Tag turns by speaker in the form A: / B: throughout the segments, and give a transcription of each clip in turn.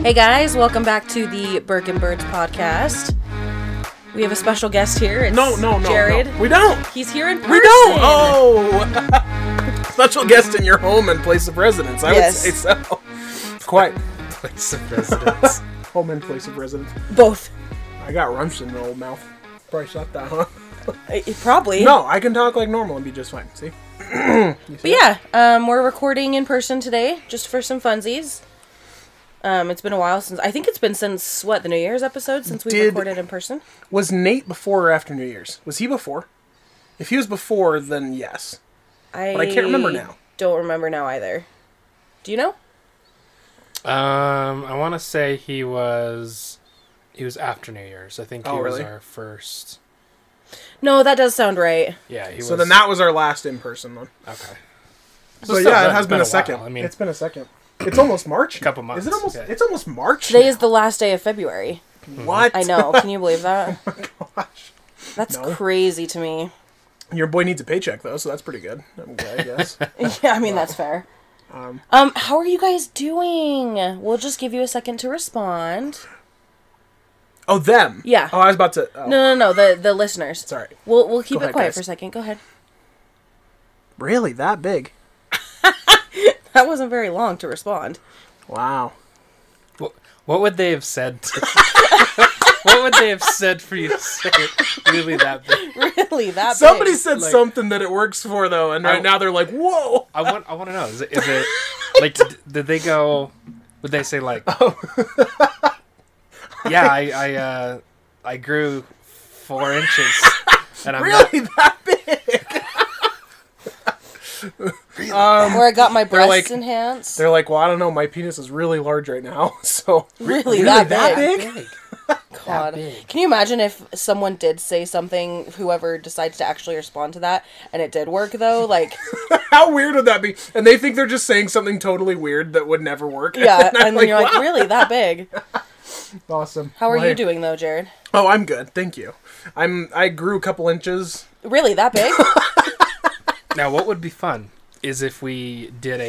A: Hey guys, welcome back to the Burke and Birds podcast. We have a special guest here. It's
B: No, no, no.
A: Jared.
B: no. We don't.
A: He's here in person.
B: We don't. Oh. Special guest in your home and place of residence. I
A: Yes.
B: would say so. Quite. Place of residence. home and place of residence.
A: Both.
B: I got rumps in the old mouth. Probably shot that, huh?
A: Uh, Probably.
B: No, I can talk like normal and be just fine. See?
A: But yeah, um, we're recording in person today just for some funsies. Um, it's been a while since I think it's been since what the New Year's episode since we
B: Did-
A: recorded in person.
B: Was Nate before or after New Year's? Was he before? If he was before, then yes.
A: I
B: I can't remember now.
A: Don't remember now either. Do you know?
C: Um, I want to say he was he was after New Year's. I think he
B: Oh, really?
C: was our first.
A: No, that does sound right.
C: Yeah, he was.
B: So then that was our last in person one.
C: okay.
B: So
C: still,
B: yeah, it
C: it's
B: has
C: been
B: been,
C: a
B: a second.
C: while. I mean-
B: it's been a second. It's almost March. now.
C: Couple months,
B: Is it almost?
C: yeah.
B: It's almost March.
A: Today is the last day of February.
B: now. what?
A: I know. Can you believe that?
B: Oh Gosh.
A: That's
B: No.
A: crazy to me.
B: Your boy needs a paycheck though, so that's pretty good. I'm glad, I guess.
A: Yeah, I mean that's fair. Um, how are you guys doing? We'll just give you a second to respond.
B: oh, them.
A: Yeah.
B: Oh, I was about to. Oh,
A: No, no, no. The the listeners.
B: Sorry.
A: We'll we'll keep
B: Go
A: it
B: ahead,
A: quiet
B: guys.
A: for a second. Go ahead.
B: Really, that big?
A: That wasn't very long to respond.
B: Wow.
C: What, what would they have said? To, what would they have said for you to say it really that big?
A: Really, that
B: Somebody
A: big.
B: said
C: Like-
B: something that it works for though, and right
C: I-
B: now they're like, "Whoa."
C: I want. I want to know. Is it, is it like? Did, did they go? Would they say like?
B: Oh.
C: yeah, I I uh, I grew four inches, and I'm not,
B: Really, that big?
A: Where I got my breasts
B: like-
A: enhanced.
B: They're like, "Well, I don't know. My penis is really large right now, so
A: Really, that,
B: that
A: big.
B: big?
A: God.
C: big.
A: Can you imagine if someone did say something, whoever decides to actually respond to that, and it did work though? Like,
B: How weird would that be?" And they think they're just saying something totally weird that would never work.
A: yeah.
B: And I'm
A: and then you're like,
B: "Wow,
A: really, that big?
B: awesome.
A: How are
B: Well, hey.
A: you doing though, Jared?
B: Oh, I'm good. Thank you. I'm. I grew a couple inches.
A: Really, that big?
C: Now, what would be fun is if we did a,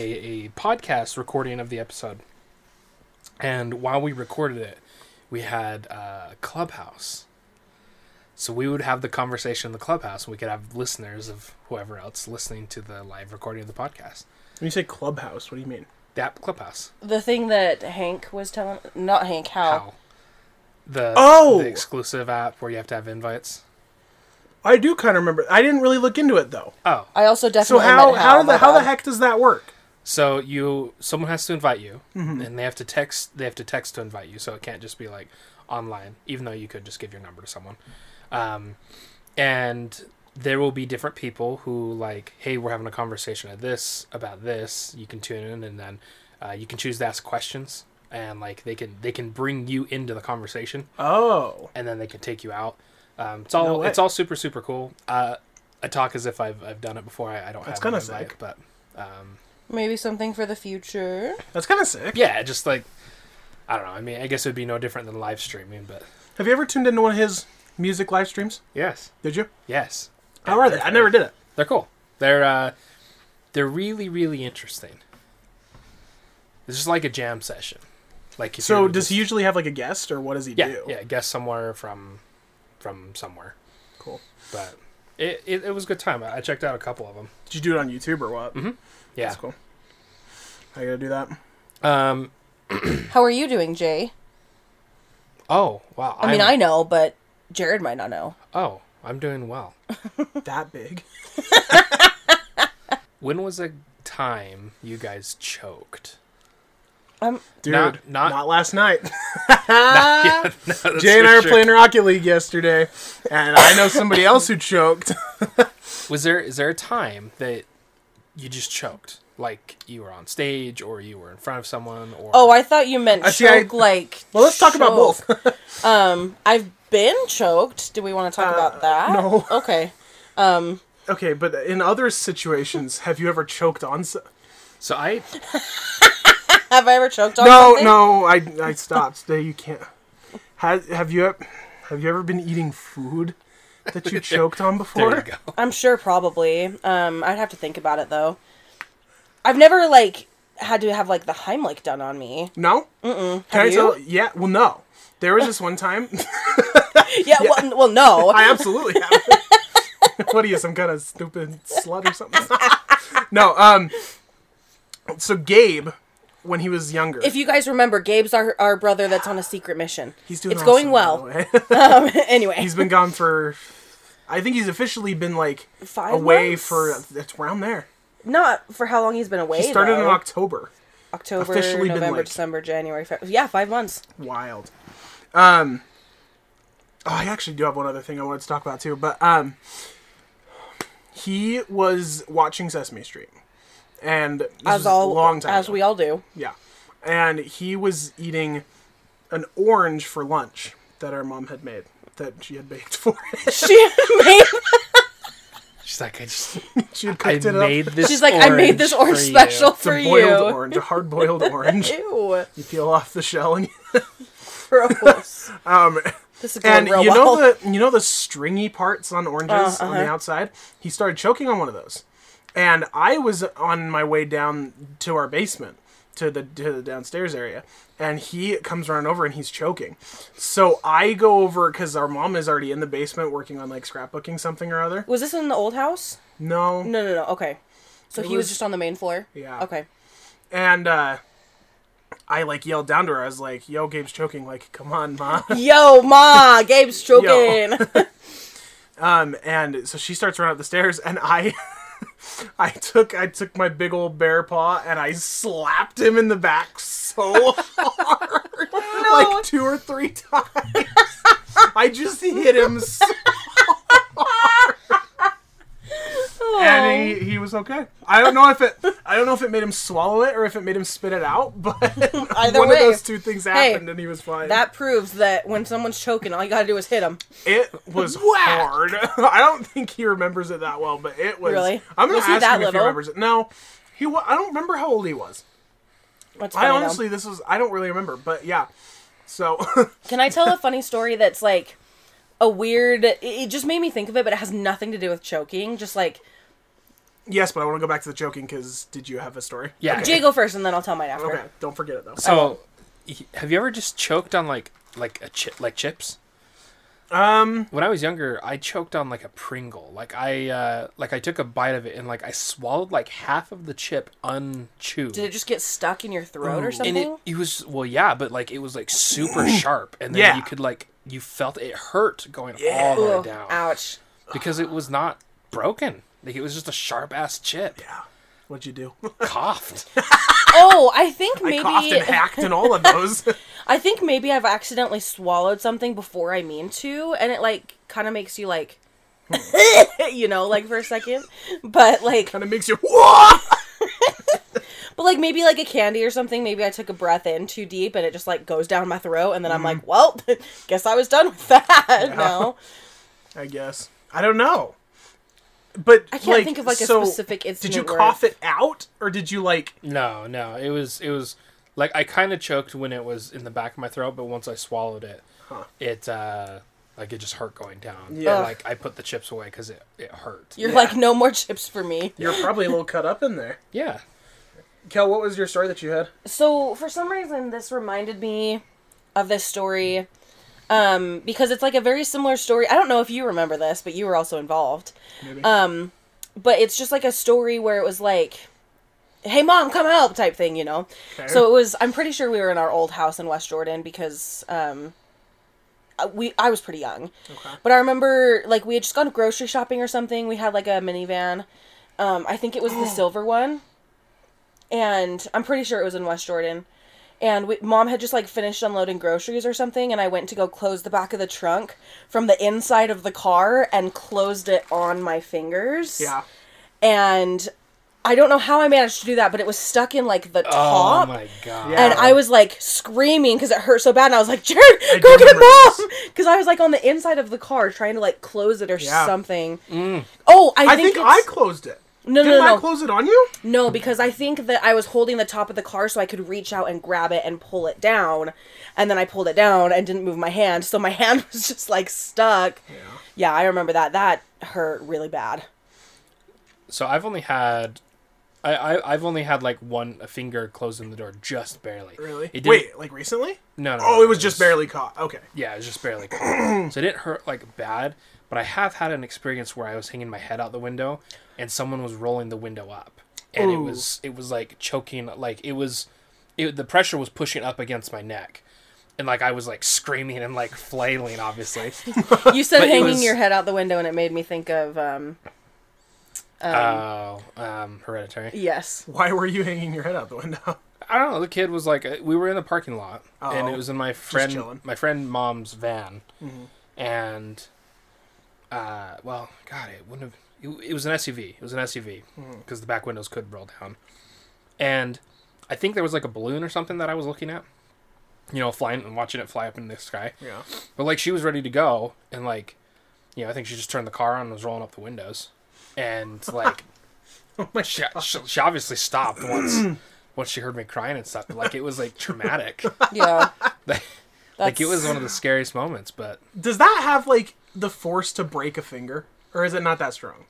C: a podcast recording of the episode. And while we recorded it, we had uh, Clubhouse. So we would have the conversation in the Clubhouse. We could have listeners of whoever else listening to the live recording of the podcast.
B: When you say clubhouse, what do you mean?
C: The app Clubhouse.
A: the thing that Hank was telling, not Hank, how?
C: How? The,
B: Oh!
C: the exclusive app where you have to have invites.
B: I do kind of remember. I didn't really look into it though.
C: Oh.
A: I also
B: So
A: definitely
B: how
A: meant
B: how the
A: my
B: how the
A: bad.
B: heck does that work?
C: So you someone has to invite you
B: Mm-hmm.
C: and they have to text they have to text to invite you, so it can't just be like online, even though you could just give your number to someone. Um, and there will be different people who like, hey, we're having a conversation at this about this. You can tune in and then uh, you can choose to ask questions and like they can they can bring you into the conversation
B: Oh,
C: and then they can take you out. Um, it's all
B: way.
C: it's all super super cool. Uh, I talk as if I've, I've done it before. I, I don't have
B: kinda
C: an invite,
B: sick.
C: but um,
A: Maybe something for the future.
B: that's kind of sick.
C: yeah, just like I don't know. I mean, I guess it would be no different than live streaming, but
B: Have you ever tuned into one of his music live streams?
C: yes,
B: Did you?
C: yes,
B: How are they? I never did it.
C: they're cool. They're uh, they're really really interesting. It's just like a jam session. Like if
B: So
C: you're
B: does
C: just-
B: he usually have like a guest or what does he
C: Yeah,
B: do?
C: yeah. Guess somewhere from from somewhere,
B: cool.
C: but it, it it was a good time. I I checked out a couple of them.
B: Did you do it on YouTube or what? Mm-hmm.
C: Yeah.
B: That's cool. I gotta do that.
C: Um.
A: How are you doing, Jay?
C: Oh wow.
A: I mean, I know, but Jared might not know.
C: oh I'm doing well.
B: That big.
C: When was a time you guys choked?
A: Um,
B: Dude,
C: Not-
B: not,
C: not-
B: last night.
C: No, that's
B: Jay and
C: for
B: I were
C: sure.
B: playing Rocket League yesterday, and I know somebody else who choked.
C: was there is there a time that you just choked like you were on stage or you were in front of someone or
A: oh, I thought you meant
B: Uh, see, I-
A: choke like.
B: Well, let's talk about both.
A: Um, I've been choked. Do we want to talk about that?
B: Uh, no.
A: Okay.
B: Okay, but in other situations, have you ever choked on? So-
C: so i
A: Have I ever choked on
B: no,
A: something?
B: no, I I stopped. There, you can't. Has, have you ev- have you ever been eating food that you choked on before?
C: there you go
A: I'm sure probably. Um, I'd have to think about it though. I've never like had to have like the Heimlich done on me.
B: No? Mm-mm. Can I
A: Have
B: tell? Yeah, well, no. There was this one time.
A: Yeah, Well, n- well, no.
B: I absolutely have. what are you, some kind of stupid slut or something? no, um. So Gabe, when he was younger,
A: if you guys remember, Gabe's our, our brother that's on a secret mission.
B: he's doing.
A: it's going
B: awesome,
A: well.
B: by the way.
A: Um, anyway,
B: he's been gone for. I think he's officially been like
A: Five
B: away
A: months?
B: for. It's around there.
A: not for how long he's been away.
B: He started
A: though.
B: in October.
A: October,
B: officially been,
A: November,
B: like-
A: December, January, February. Yeah, five months.
B: wild. Um, oh, I actually do have one other thing I wanted to talk about too, but um, he was watching Sesame Street, and this was
A: As all
B: a long time
A: as
B: ago.
A: we all do.
B: yeah, and he was eating an orange for lunch that our mom had made that she had baked for it.
A: She made,
C: She's like, I just,
B: she had
C: I
B: cooked it
C: made
B: up.
C: this.
A: she's like, I made this orange
C: for you."
A: special
B: It's a
A: for
B: boiled
A: you.
B: orange, a hard boiled orange.
A: Ew,
B: You peel off the shell and
A: gross.
B: um,
A: This is going
B: And
A: real
B: you
A: well.
B: know the you know the stringy parts on oranges on the outside. He started choking on one of those, and I was on my way down to our basement to the to the downstairs area, and he comes running over and he's choking. So I go over because our mom is already in the basement working on like scrapbooking something or other.
A: was this in the old house?
B: No,
A: No, no, no. Okay. So he was,
B: was-
A: just on the main floor.
B: Yeah.
A: Okay.
B: and uh, I like yelled down to her. I was like, "Yo, Gabe's choking! Like, come on, ma."
A: Yo, ma, Gabe's stroking.
B: Um, and so she starts running up the stairs, and I, I took I took my big old bear paw and I slapped him in the back so hard, like two or three times. I just hit him, so, and he, he was okay. I don't know if it I don't know if it made him swallow it or if it made him spit it out, but
A: Either
B: one
A: way.
B: of those two things happened, and he was fine.
A: that proves that when someone's choking, all you gotta do is hit him.
B: It was hard. I don't think he remembers it that well, but it was.
A: Really?
B: I'm gonna
A: Was he
B: ask
A: that
B: him if he
A: little?
B: remembers it. No, he. Wa- I don't remember how old he was.
A: That's
B: I
A: funny, though.
B: honestly, this was. I don't really remember, but yeah. So,
A: Can I tell a funny story that's like a weird? it- It just made me think of it, but it has nothing to do with choking. Just like,
B: yes, but I want to go back to the joking because did you have a story?
C: Yeah.
A: Jay, go first, and then I'll tell mine after.
B: Okay. Don't forget it though.
C: So, y- have you ever just choked on like like a chip like chips?
B: Um.
C: When I was younger, I choked on like a Pringle. Like I uh like I took a bite of it and like I swallowed like half of the chip unchewed.
A: Did it just get stuck in your throat or something?
C: and it, it was well yeah, but like it was like super sharp and then
B: Yeah.
C: you could like you felt it hurt going all the way
A: Ugh,
C: down
A: ouch.
C: because it was not broken. Like it was just a sharp ass chip.
B: What'd you do?
C: Coughed.
A: Oh, I think maybe
B: Coughed and hacked and all of those.
A: I think maybe I've accidentally swallowed something before I mean to, and it like kind of makes you like, you know, like for a second. But like,
B: kind of makes you. Whoa!
A: but like maybe like a candy or something. Maybe I took a breath in too deep, and it just like goes down my throat, and then I'm
B: Mm-hmm.
A: like, well, guess I was done with that. No,
B: I guess. I don't know. But I
A: can't think of, like, a specific
B: Did you
A: incident where-
B: cough it out, or did you like?
C: No, no. It was it was like I kind of choked when it was in the back of my throat, but once I swallowed it, it uh like it just hurt going down.
B: Yeah.
C: Yeah.
B: Ugh.
C: like I put the chips away cuz it it hurt.
A: you're like, no more chips for me.
B: You're probably a little cut up in there.
C: Yeah.
B: Kel, what was your story that you had?
A: So for some reason, this reminded me of this story um, because it's like a very similar story. I don't know if you remember this, but you were also involved.
B: Maybe.
A: Um, but it's just like a story where it was like, "Hey, mom, come help!" type thing, you know. So it was. I'm pretty sure we were in our old house in West Jordan because um, uh, we I was pretty young, but I remember like we had just gone grocery shopping or something. We had like a minivan. Um, I think it
C: Oh.
A: was the silver one, and I'm pretty sure it was in West Jordan. And we, mom had just like finished unloading groceries or something, and I went to go close the back of the trunk from the inside of the car and closed it on my fingers
B: Yeah.
A: and I don't know how I managed to do that, but it was stuck in like the
C: Oh
A: top.
C: my god.
B: Yeah.
A: and I was like screaming because it hurt so bad, and I was like, "Jared,
B: do
A: go get
B: remember
A: mom!" Because I was like on the inside of the car trying to like close it or
B: Yeah.
A: something. Oh, I,
B: I
A: think,
B: think, I
A: it's-
B: closed it.
A: No, no,
B: Didn't
A: no,
B: I
A: no.
B: close it on you?
A: no, because I think that I was holding the top of the car so I could reach out and grab it and pull it down, and then I pulled it down and didn't move my hand, so my hand was just like stuck. Yeah, yeah I remember that. That hurt really bad.
C: So I've only had I, I I've only had like one finger closing the door just barely.
B: Really?
C: It didn't-
B: Wait, like recently?
C: No, no.
B: Oh,
C: no,
B: it was just barely caught. Okay.
C: Yeah, it was just barely. caught. so it didn't hurt like bad, but I have had an experience where I was hanging my head out the window and someone was rolling the window up, and it
B: Ooh.
C: was it was like choking, like it was, it the pressure was pushing up against my neck, and like I was like screaming and like flailing, obviously.
A: You said
C: But it
A: hanging
C: was-
A: your head out the window, and it made me think of um,
C: Oh, um, hereditary.
A: yes,
B: Why were you hanging your head out the window?
C: I don't know. The kid was like, uh, we were in the parking lot, and
B: Oh,
C: it was in my friend,
B: chilling. Mm-hmm.
C: my friend mom's van, and, uh, well, God, it wouldn't have. It, it was an SUV. It was an SUV
B: Mm-hmm.
C: because the back windows could roll down, and I think there was like a balloon or something that I was looking at, you know, flying and watching it fly up in the sky.
B: Yeah.
C: But like she was ready to go, and like, you know, I think she just turned the car on and was rolling up the windows, and like, oh my she, she, she obviously stopped once once she heard me crying and stuff. But like it was like traumatic.
A: yeah.
C: like it was one of the scariest moments. But
B: Does that have like the force to break a finger, or is it not that strong?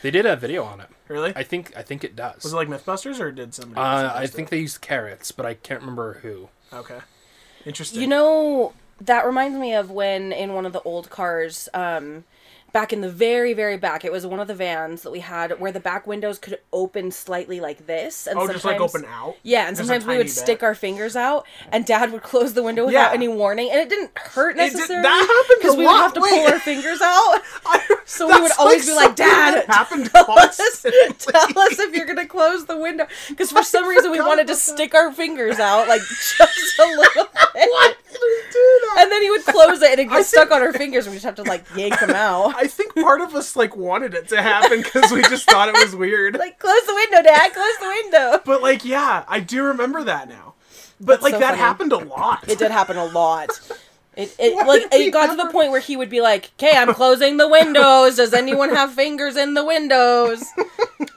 C: they did a video on it.
B: Really?
C: I think I think it does.
B: was it like MythBusters, or did somebody?
C: uh,
B: else
C: I
B: invent
C: think they used carrots, but I can't remember who.
B: it? Okay. Interesting.
A: You know, that reminds me of when in one of the old cars, um, back in the very, very back, it was one of the vans that we had where the back windows could open slightly like this. And
B: oh, just like
A: sometimes-
B: open out.
A: Yeah, and
B: There's a
A: sometimes we
B: tiny
A: would
B: bit.
A: stick our fingers out, and Dad would close the window without
B: Yeah.
A: any warning, and it didn't hurt
B: It did-
A: necessarily.
B: that happened
A: because
B: a
A: we would
B: lot.
A: have to pull
B: Wait.
A: our fingers out. So we would
B: That's,
A: always be like,
B: something that
A: "Dad,
B: happened
A: Tell us,
B: constantly."
A: tell us if you're gonna close the window, because for some reason we
B: forgot
A: wanted to
B: about that.
A: stick our fingers out like just a little bit.
B: Why did we do that?
A: And then he would close it and it gets
B: think-
A: stuck on our fingers and we just have to like yank them out.
B: I think part of us like wanted it to happen because we just thought it was weird.
A: Like, close the window, Dad, close the window.
B: But like, yeah, I do remember that now. But like
A: so
B: that
A: funny.
B: happened a lot.
A: It did happen a lot. It, it
B: Why
A: like
B: did we
A: it got to the
B: ever-
A: point where he would be like, "Okay, I'm closing the windows. Does anyone have fingers in the windows?"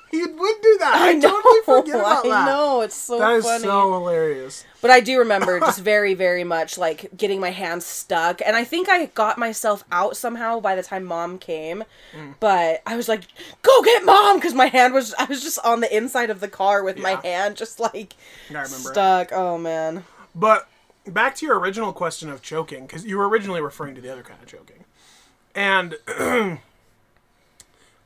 B: He would do that. I,
A: I know.
B: totally forget about
A: I
B: that.
A: know. It's so
B: That is
A: funny.
B: so hilarious.
A: But I do remember just very, very much like getting my hands stuck. And I think I got myself out somehow by the time mom came. But I was like, go get mom! Because my hand was, I was just on the inside of the car with my
B: Yeah.
A: hand just like
B: I remember. it.
A: stuck. Oh man.
B: But back to your original question of choking, because you were originally referring to the other kind of choking. And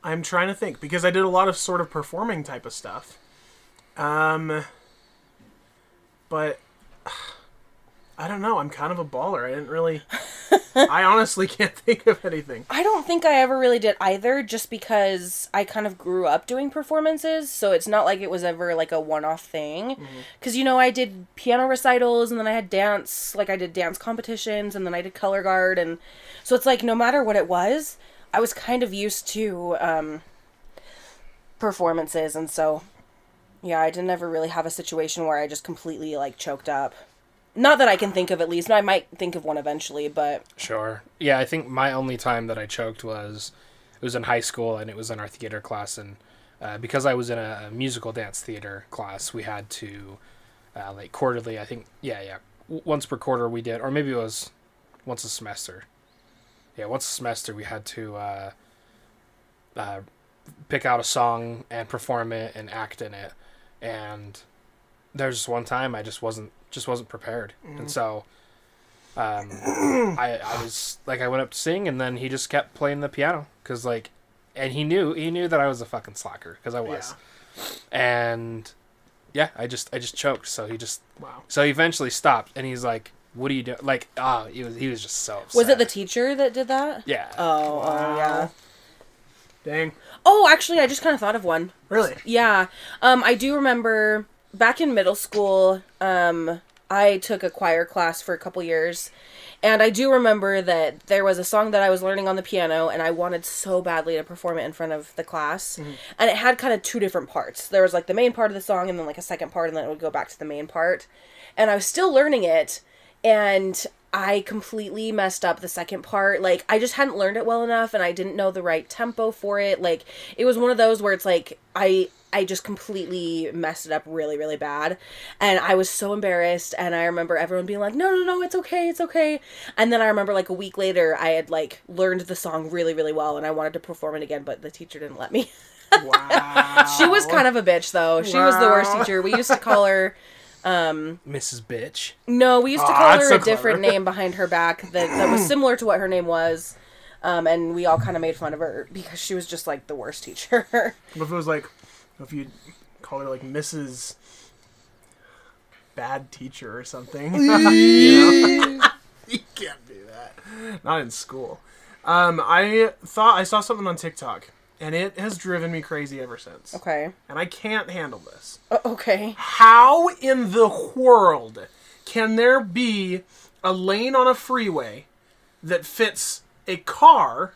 B: I'm trying to think because I did a lot of sort of performing type of stuff. Um, but I don't know. I'm kind of a baller. I didn't really. I honestly can't think of anything.
A: I don't think I ever really did either, just because I kind of grew up doing performances, so it's not like it was ever like a one off thing. Because, you know, I did piano recitals and then I had dance, like I did dance competitions and then I did color guard. And so it's like no matter what it was, I was kind of used to um, performances. And so, yeah, I didn't ever really have a situation where I just completely like choked up. Not that I can think of at least. No, I might think of one eventually, but
C: Sure. Yeah, I think my only time that I choked was it was in high school and it was in our theater class and uh, because I was in a, a musical dance theater class, we had to uh, like quarterly. I think yeah, yeah, w- once per quarter we did, or maybe it was once a semester. Yeah, once a semester we had to uh, uh, pick out a song and perform it and act in it. And there's just one time I just wasn't just wasn't prepared, and so um, I I was like I went up to sing, and then he just kept playing the piano because like, and he knew he knew that I was a fucking slacker because I was, and yeah, I just I just choked. So he just
B: Wow.
C: so he eventually stopped, and he's like, "What are you doing?" Like ah, he was he was just so upset.
A: was it the teacher that did that?
C: yeah.
A: Oh, oh yeah.
B: Dang.
A: Oh, actually, I just kind of thought of one.
B: Really?
A: Yeah. Um, I do remember back in middle school, um, I took a choir class for a couple years. And I do remember that there was a song that I was learning on the piano, and I wanted so badly to perform it in front of the class. And it had kind of two different parts. There was like the main part of the song, and then like a second part, and then it would go back to the main part. And I was still learning it, and I completely messed up the second part. Like, I just hadn't learned it well enough, and I didn't know the right tempo for it. Like, it was one of those where it's like, I. I just completely messed it up really, really bad. And I was so embarrassed. And I remember everyone being like, no, no, no, it's okay, it's okay. And then I remember like a week later, I had like learned the song really, really well and I wanted to perform it again, but the teacher didn't let me.
B: Wow.
A: She was kind of a bitch though. She was the worst
B: Wow.
A: teacher. We used to call her
C: Mrs. Bitch.
A: no, we used to
B: Aw,
A: call her
B: that's so
A: a different
B: clever.
A: name behind her back that, that was similar to what her name was. Um, and we all kind of made fun of her because she was just like the worst teacher.
B: What if it was like, what if you call her like Mrs. Bad Teacher or something? you, know? You can't do that. Not in school. Um, I thought I saw something on TikTok, and it has driven me crazy ever since.
A: okay.
B: And I can't handle this.
A: O- okay.
B: How in the world can there be a lane on a freeway that fits a car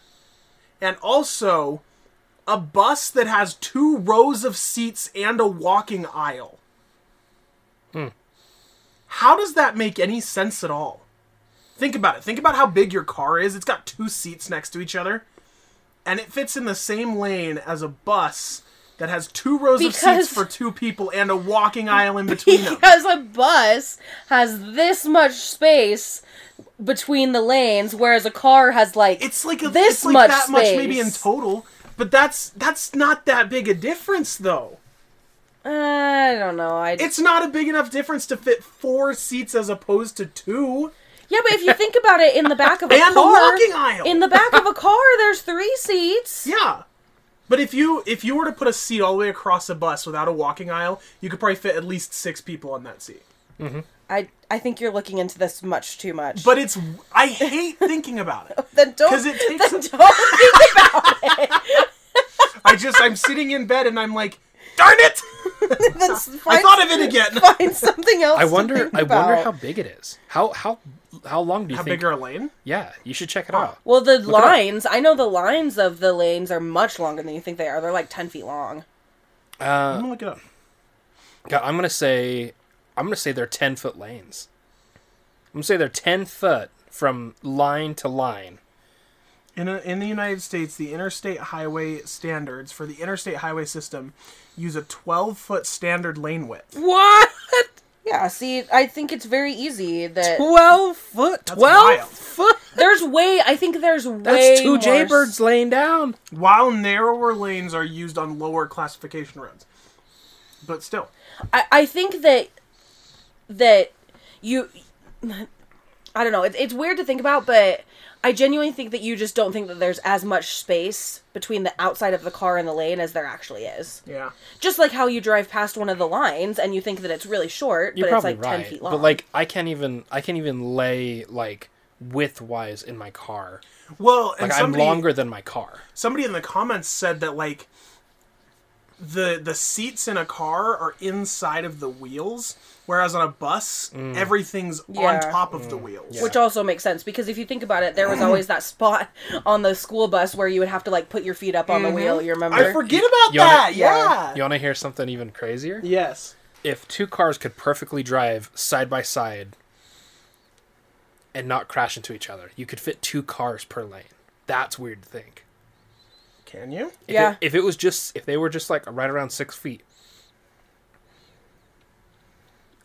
B: and also a bus that has two rows of seats and a walking aisle? How does that make any sense at all? Think about it. Think about how big your car is. It's got two seats next to each other. And it fits in the same lane as a bus that has two rows of
A: Because-
B: seats for two people and a walking aisle in between them.
A: Because a bus has this much space between the lanes, whereas a car has like
B: It's like a,
A: this
B: it's like
A: much
B: that much maybe in
A: space.
B: total, but that's that's not that big a difference though.
A: Uh, I don't know. I
B: It's not a big enough difference to fit four seats as opposed to two.
A: yeah, but if you think about it, in the back of a
B: And a
A: car,
B: walking aisle.
A: in the back of a car, there's three seats.
B: Yeah. But if you if you were to put a seat all the way across a bus without a walking aisle, you could probably fit at least six people on that seat.
A: I I think you're looking into this much too much.
B: But it's I hate thinking about it.
A: then don't
B: 'Cause it takes-
A: then don't think
B: I just I'm sitting in bed and I'm like, darn it!
A: then
B: I
A: find,
B: thought of it again.
A: find something else.
C: I
A: to
C: wonder.
A: think
C: I wonder
A: about.
C: how big it is. How how how long do you
B: How Oh.
C: think?
B: big are a lane?
C: Yeah, you should check it out.
A: Well, the
C: it up.
A: lines. I know the lines of the lanes are much longer than you think they are. They're like ten feet long.
B: I'm gonna look it up.
C: God, I'm gonna say, I'm gonna say they're ten foot lanes. I'm gonna say they're ten foot from line to line.
B: In, a, in the United States, the interstate highway standards for the interstate highway system use a 12 foot standard lane width.
C: What?
A: Yeah. See, I think it's very easy that
C: Twelve foot. Twelve
B: wild.
C: foot.
A: there's way. I think there's way.
C: That's two
A: more
C: jaybirds laying down.
B: While narrower lanes are used on lower classification roads. But still,
A: I, I think that that you I don't know. It, it's weird to think about, but I genuinely think that you just don't think that there's as much space between the outside of the car and the lane as there actually is.
B: yeah.
A: Just like how you drive past one of the lines and you think that it's really short,
C: You're
A: but it's
C: probably
A: like
C: right.
A: ten feet long.
C: But like, I can't even. I can't even lay like width wise in my car.
B: Well, and
C: Like
B: somebody,
C: I'm longer than my car.
B: somebody in the comments said that, like, the, the seats in a car are inside of the wheels, whereas on a bus,
C: Mm.
B: everything's on
A: Yeah.
B: top of the wheels.
A: which also makes sense because if you think about it, there was always that spot on the school bus where you would have to like put your feet up on the wheel. You remember?
B: Mm-hmm. I forget about
C: You wanna-
B: that,
A: Uh,
B: yeah.
C: You want to hear something even crazier?
B: Yes.
C: If two cars could perfectly drive side by side and not crash into each other, you could fit two cars per lane. That's weird to think.
B: Can you?
C: If
A: Yeah.
C: It, if it was just if they were just like right around six feet,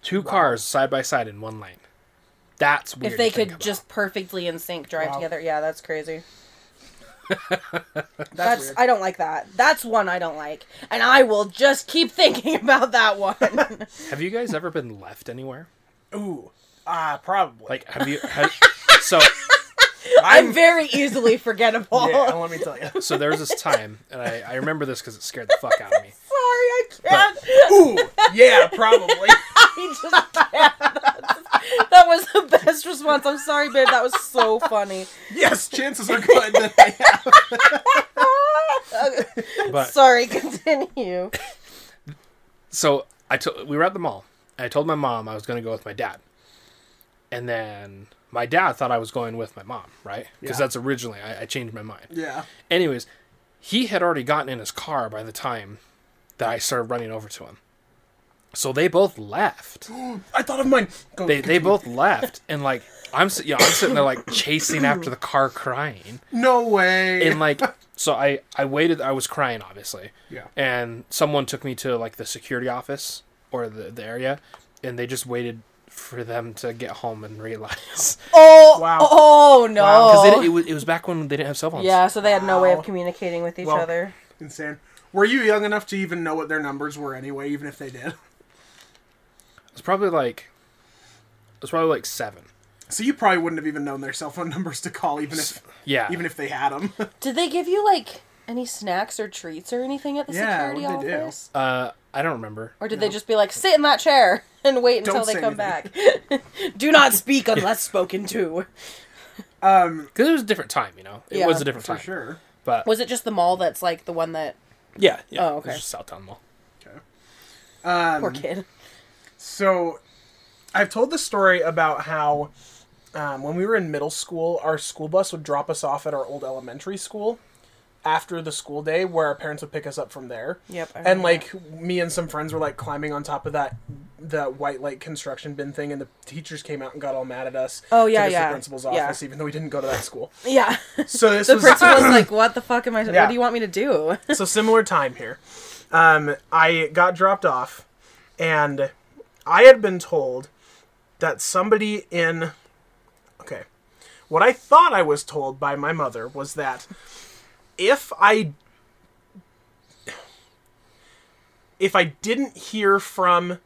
C: two cars side by side in one lane. That's weird.
A: if they
C: to think
A: could
C: about.
A: just perfectly in sync drive
B: Wow.
A: together yeah that's crazy that's,
B: weird.
A: i don't like that that's one i don't like and i will just keep thinking about that one
C: Have you guys ever been left anywhere?
B: Ooh. Ah, probably.
C: Like have you? Have, so
A: i'm very easily forgettable
B: Yeah, let me tell you.
C: so there was this time, and I, I remember this because it scared the fuck out of me.
A: sorry i can't
B: Ooh, yeah, probably.
A: i just can't That's- that was the best response i'm sorry babe that was so funny
B: yes, chances are good that I have.
C: But
A: sorry continue
C: so I told we were at the mall. And I told my mom I was going to go with my dad, and then my dad thought I was going with my mom, right? Because
B: Yeah.
C: that's originally I, I changed my mind.
B: Yeah.
C: Anyways, he had already gotten in his car by the time that I started running over to him. So they both left.
B: I thought of mine. Go.
C: They they both left, and like I'm si- you know, I'm sitting there like chasing after the car, crying
B: no way.
C: and like so i i waited i was crying obviously
B: Yeah.
C: and someone took me to like the security office or the, the area and they just waited for them to get home and realize
A: oh
B: Wow.
A: oh no
B: Wow.
C: because it, was, it was back when they didn't have cell phones
A: yeah so they had no way of
B: Wow.
A: communicating with each
B: Well,
A: other
B: Insane. Were you young enough to even know what their numbers were anyway, even if they did?
C: It's probably like it's probably like seven.
B: So you probably wouldn't have even known their cell phone numbers to call, even if
C: Yeah.
B: even if they had them.
A: Did they give you like any snacks or treats or anything at the
B: Yeah,
A: security
B: what'd they do?
A: office?
C: uh, I don't remember.
A: Or did they just be like, sit in that chair and wait until
B: Don't
A: they
B: say
A: come back? Do not speak unless spoken to.
C: Because it was a different time, you know. It
A: Yeah,
C: was a different
B: for
C: time.
B: sure.
C: But
A: Was it just the mall that's like the one that
C: yeah, yeah.
A: Oh,
C: it was
A: okay.
C: just Southtown Mall.
B: Okay.
A: poor
B: Mm-hmm.
A: kid?
B: So, I've told the story about how um, when we were in middle school, our school bus would drop us off at our old elementary school after the school day, where our parents would pick us up from there.
A: Yep, I remember
B: and like me and some friends were like climbing on top of that the white light construction bin thing, and the teachers came out and got all mad at us.
A: Oh, yeah,
B: took us to
A: yeah.
B: the principal's
A: Yeah.
B: office, even though we didn't go to that school.
A: Yeah.
B: So this
A: The
B: was
A: principal's like, what the fuck am I?
B: Yeah.
A: What do you want me to do?
B: so similar time here. Um, I got dropped off, and I had been told that somebody in okay, what I thought I was told by my mother was that if I if I didn't hear from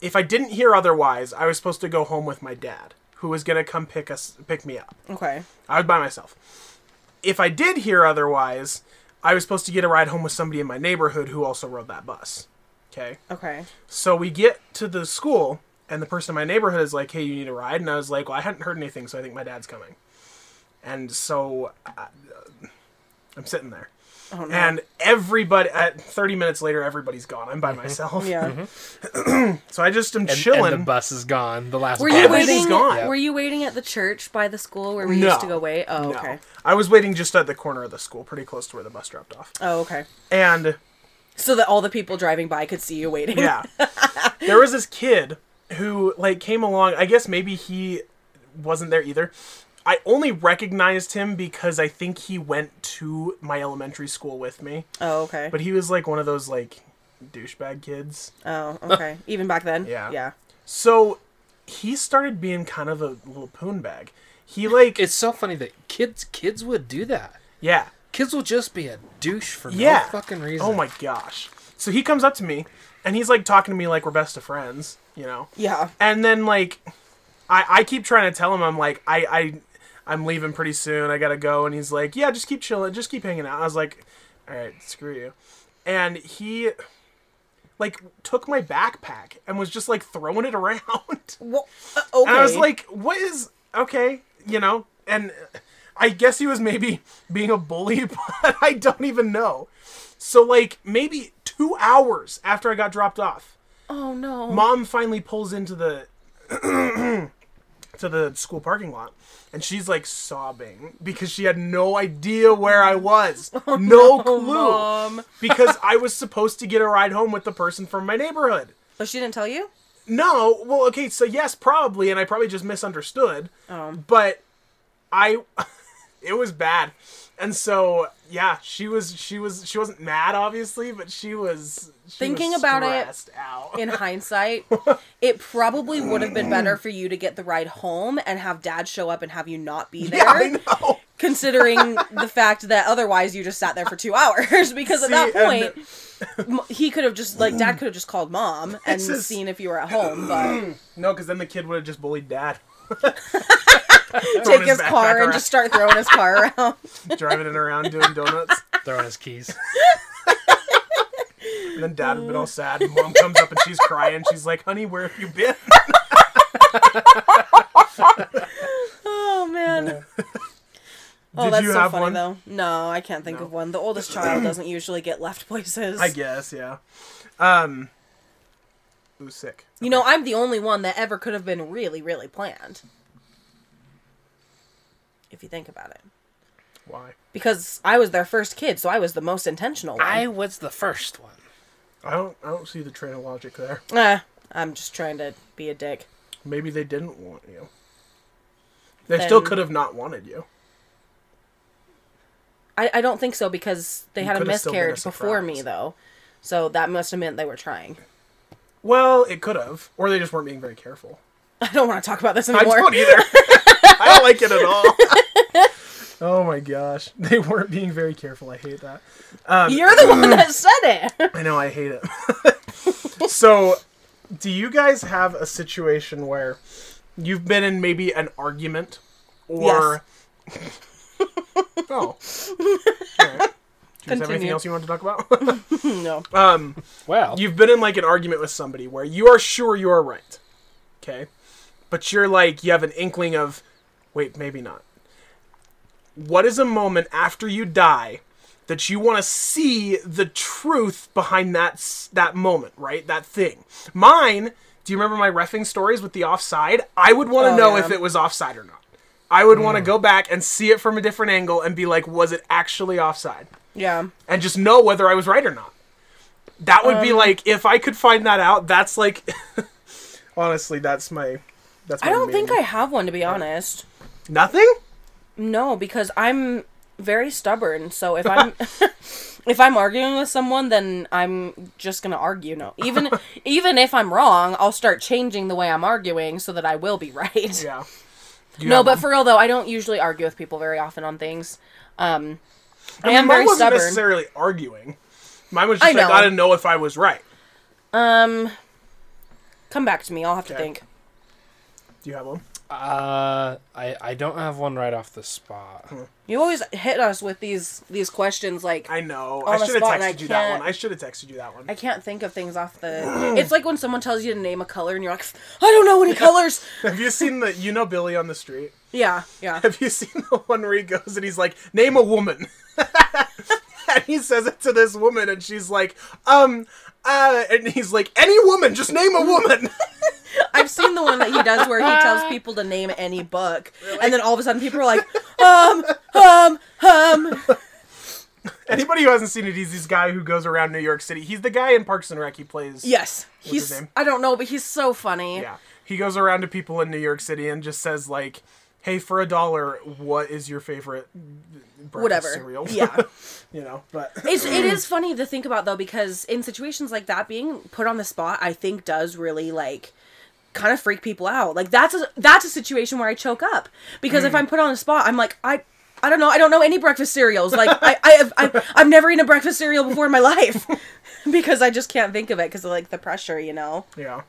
B: if I didn't hear otherwise, I was supposed to go home with my dad, who was gonna come pick us pick me up.
A: Okay.
B: I was by myself. If I did hear otherwise, I was supposed to get a ride home with somebody in my neighborhood who also rode that bus. Okay.
A: Okay.
B: So we get to the school, and the person in my neighborhood is like, hey, you need a ride? And I was like, well, I hadn't heard anything, so I think my dad's coming. And so I, I'm sitting there.
A: Oh no.
B: And everybody, at 30 minutes later, everybody's gone. I'm by myself.
A: Mm-hmm. yeah.
B: So I just am
C: And,
B: chilling.
C: and the bus is gone. The last
A: Were
C: bus.
A: you
B: Everything's
A: waiting?
B: gone.
A: Were you waiting at the church by the school where we
B: No.
A: used to go wait? Oh,
B: No.
A: okay.
B: I was waiting just at the corner of the school, pretty close to where the bus dropped off.
A: Oh, okay.
B: And
A: So that all the people driving by could see you waiting.
B: Yeah. there was this kid who like came along. I guess maybe he wasn't there either. I only recognized him because I think he went to my elementary school with me.
A: Oh, okay.
B: But he was like one of those like douchebag kids.
A: oh, okay. Even back then.
B: Yeah.
A: Yeah.
B: So he started being kind of a little poon bag. He like
C: It's so funny that kids kids would do that.
B: yeah.
C: Kids will just be a douche for
B: Yeah.
C: no fucking reason.
B: Oh my gosh. So he comes up to me and he's like talking to me like we're best of friends, you know.
A: Yeah.
B: and then like I, I keep trying to tell him I'm like I, I I'm leaving pretty soon. I gotta go, and he's like, yeah, just keep chilling, just keep hanging out. I was like, all right, screw you, and he like took my backpack and was just like throwing it around, and
A: Wha- uh, okay.
B: I was like, what is okay, you know, and I guess he was maybe being a bully, but I don't even know. So like maybe two hours after I got dropped off
A: oh no.
B: mom finally pulls into the to the school parking lot and she's like sobbing because she had no idea where I was.
A: Oh,
B: no, clue.
A: Mom.
B: Because I was supposed to get a ride home with the person from my neighborhood.
A: Oh, she didn't tell you?
B: No, well okay, so yes, probably and I probably just misunderstood.
A: Oh.
B: But I it was bad. And so yeah, she was she was she wasn't mad obviously, but she was she
A: Thinking
B: was
A: about it
B: stressed out.
A: in hindsight, it probably would have been better for you to get the ride home and have dad show up and have you not be there.
B: I know.
A: Considering the fact that otherwise you just sat there for two hours, because at that
B: See, and-
A: point m- he could have just like dad could have just called mom and
B: This is-
A: seen if you were at home, but
B: No, because then the kid would have just bullied dad.
A: take his car and just start throwing his car around.
B: driving it around doing donuts.
C: Throwing his keys.
B: And then dad would have been all sad. And mom comes up and she's crying. She's like, honey, where have you been?
A: Oh man. Oh,
B: Did
A: that's
B: you
A: so
B: have
A: funny
B: one?
A: though. No, I can't think of one. The oldest child doesn't usually get left places.
B: I guess, yeah. Um, ooh, sick.
A: You know, I'm the only one that ever could have been really, really planned. If you think about it.
B: Why?
A: Because I was their first kid, so I was the most intentional one.
C: I was the first one.
B: I don't. I don't see the train of logic there.
A: Ah, I'm just trying to be a dick.
B: Maybe they didn't want you. They
A: Then-
B: still could have not wanted you.
A: I, I don't think so because they had a
B: could have still been a
A: miscarriage before me,
B: surprise.
A: though. So that must have meant they were trying.
B: Well, it could have, or they just weren't being very careful.
A: I don't want to talk about this
B: I
A: anymore.
B: don't either. I don't like it at all. Oh my gosh, they weren't being very careful. I hate that.
A: You're the one that said it.
B: I know I hate it. so, do you guys have a situation where you've been in maybe an argument or oh, All right. do you guys have anything
A: Continue. Hmm,
B: else you want to talk about?
A: no.
B: um,
C: Well,
B: you've been in like an argument with somebody where you are sure you are right, okay, but you're like you have an inkling of, wait, maybe not. What is a moment after you die that you want to see the truth behind that s- that moment, right? That thing. Mine. Do you remember my refing stories with the offside? I would want to
A: Oh,
B: know
A: yeah. Hmm.
B: if it was offside or not. I would want to go back and see it from a different angle and be like, was it actually offside?
A: Yeah.
B: and just know whether I was right or not. That would be like if I could find that out. That's like, honestly, that's my. That's my
A: I don't
B: main-
A: think I have one to be honest.
B: nothing.
A: No, because I'm very stubborn. So if I'm if I'm arguing with someone, then I'm just gonna argue. No, even even if I'm wrong, I'll start changing the way I'm arguing so that I will be right.
B: Yeah.
A: No, but for real though, I don't usually argue with people very often on things. Um, I, am
B: mine
A: very
B: wasn't
A: stubborn.
B: necessarily arguing. Mine was just I,
A: I know.
B: gotta know if I was right.
A: Um, come back to me. I'll have to
B: Okay.
A: think.
B: Do you have one?
C: uh, I I don't have one right off the spot.
A: You always hit us with these these questions like
B: I know.
A: On
B: I
A: the
B: should have
A: spot, and
B: texted
A: I
B: you that
A: can't-
B: one. I should have texted you that one.
A: I can't think of things off the. it's like when someone tells you to name a color and you're like, I don't know any colors.
B: Have you seen the? You know Billy on the street.
A: Yeah, yeah.
B: Have you seen the one where he goes and he's like, name a woman? and he says it to this woman, and she's like, um, uh, and he's like, any woman, just name a woman.
A: I've seen the one that he does where he tells people to name any book, and then all of a sudden people are like, um, um, um.
B: Anybody who hasn't seen it, he's this guy who goes around New York City. He's the guy in Parks and Rec. He plays.
A: Yes,
B: his
A: he's.
B: name?
A: I don't know, but he's so funny.
B: Yeah. He goes around to people in New York City and just says like, "Hey, for a dollar, what is your favorite breakfast
A: Whatever.
B: cereal?"
A: Yeah.
B: you know, but
A: It's it is funny to think about though because in situations like that being put on the spot I think does really like kind of freak people out. Like that's a that's a situation where I choke up because
B: Mm.
A: if I'm put on the spot I'm like I I don't know I don't know any breakfast cereals. Like I I have, I I've never eaten a breakfast cereal before in my life because I just can't think of it because of like the pressure, you know.
B: yeah.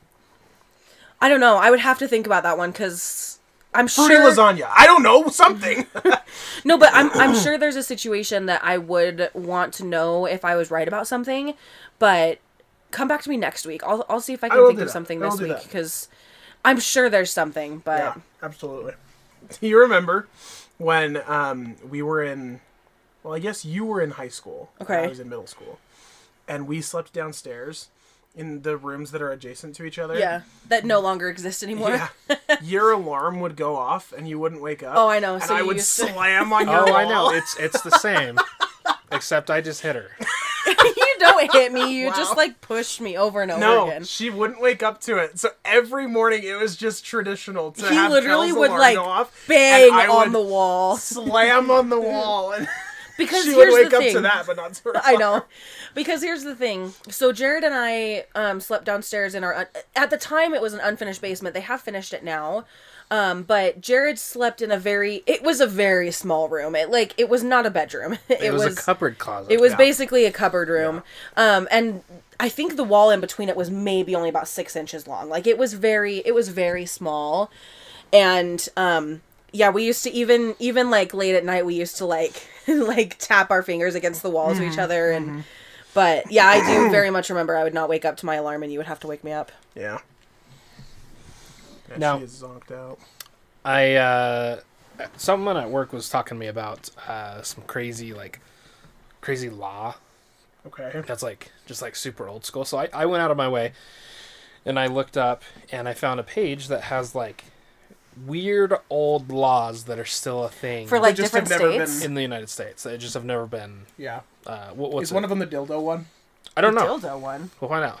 A: I don't know. I would have to think about that one cuz I'm
B: Fruity
A: sure
B: lasagna. I don't know something.
A: No, but I'm I'm sure there's a situation that I would want to know if I was right about something, but come back to me next week. I'll I'll see if I can
B: will
A: think
B: do
A: of
B: that.
A: something
B: I will
A: this
B: do
A: week
B: that.
A: because I'm sure there's something. But
B: Yeah, absolutely. Do you remember when um, we were in? Well, I guess you were in high school. and I
A: Okay.
B: was in middle school, and we slept downstairs in the rooms that are adjacent to each other.
A: yeah, that no longer exists anymore.
B: Yeah. Your alarm would go off and you wouldn't wake up.
A: Oh, I know,
B: And
A: so
B: I
A: you
B: would
A: used to-
B: slam on your
C: Oh, I
B: wall.
C: know. It's it's the same, except I just hit her.
A: you don't hit me. You
B: Wow.
A: just like push me over and over
B: No,
A: again.
B: she wouldn't wake up to it. So every morning it was just traditional to
A: He
B: have
A: literally
B: Kel's
A: would
B: alarm
A: like
B: go off,
A: bang
B: and I
A: on
B: would
A: the wall
B: slam on the wall, and
A: because
B: she would
A: here's
B: wake
A: the
B: up
A: thing.
B: to that, but not to her.
A: I know. Because here's the thing. So Jared and I um, slept downstairs in our uh, at the time it was an unfinished basement. They have finished it now. Um, but Jared slept in a very it was a very small room. It like it was not a bedroom. It,
C: It, was,
A: was,
C: a cupboard closet.
A: it was
B: Yeah.
A: basically a cupboard room. Um, and I think the wall in between it was maybe only about six inches long. Like it was very it was very small. And um yeah, we used to even even like late at night we used to like like tap our fingers against the walls of each other and
B: Mm-hmm.
A: but yeah, I do very much remember I would not wake up to my alarm and you would have to wake me up.
B: Yeah. yeah
C: Now-
B: she is zonked out.
C: I uh, someone at work was talking to me about uh, some crazy like crazy law
B: Okay.
C: that's like just like super old school. So I, I went out of my way and I looked up and I found a page that has like weird old laws that are still a thing
A: For like
B: just
A: different
B: have never
A: states.
B: been-
C: in the United States that just have never been.
B: Yeah.
C: Uh, what, what's
B: Is one of
C: it?
B: them the dildo one?
C: I don't know.
A: Dildo one.
C: We'll find out.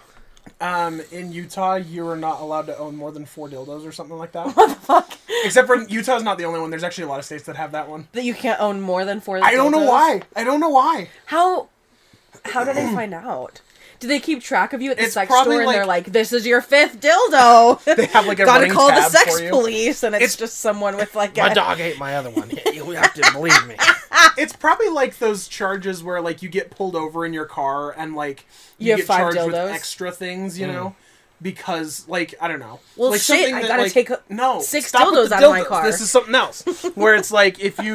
B: Um, in Utah, you are not allowed to own more than four dildos or something like that. What the fuck? Except for Utah's not the only one. There's actually a lot of states that have that one.
A: That you can't own more than four
B: I don't know
A: dildos?
B: why. I don't know why.
A: How how did I find out? Do they keep track of you at the
B: It's
A: sex store
B: probably
A: and they're
B: like-
A: like, "This is your fifth dildo."
B: They have like a
A: Gotta
B: running
A: call the
B: tab
A: sex
B: for you.
A: police, and it's,
B: It's-
A: just someone with like
C: My
A: a
C: dog ate my other one. You have to believe me.
B: It's probably like those charges where like you get pulled over in your car and like
A: You have
B: get
A: five
B: charged with
A: dildos?
B: extra things, you know, because like I don't know.
A: Well,
B: like
A: shit,
B: something
A: I gotta take a-
B: no
A: six
B: stop with
A: dildos
B: the
A: out of my car.
B: This is something else where it's like if you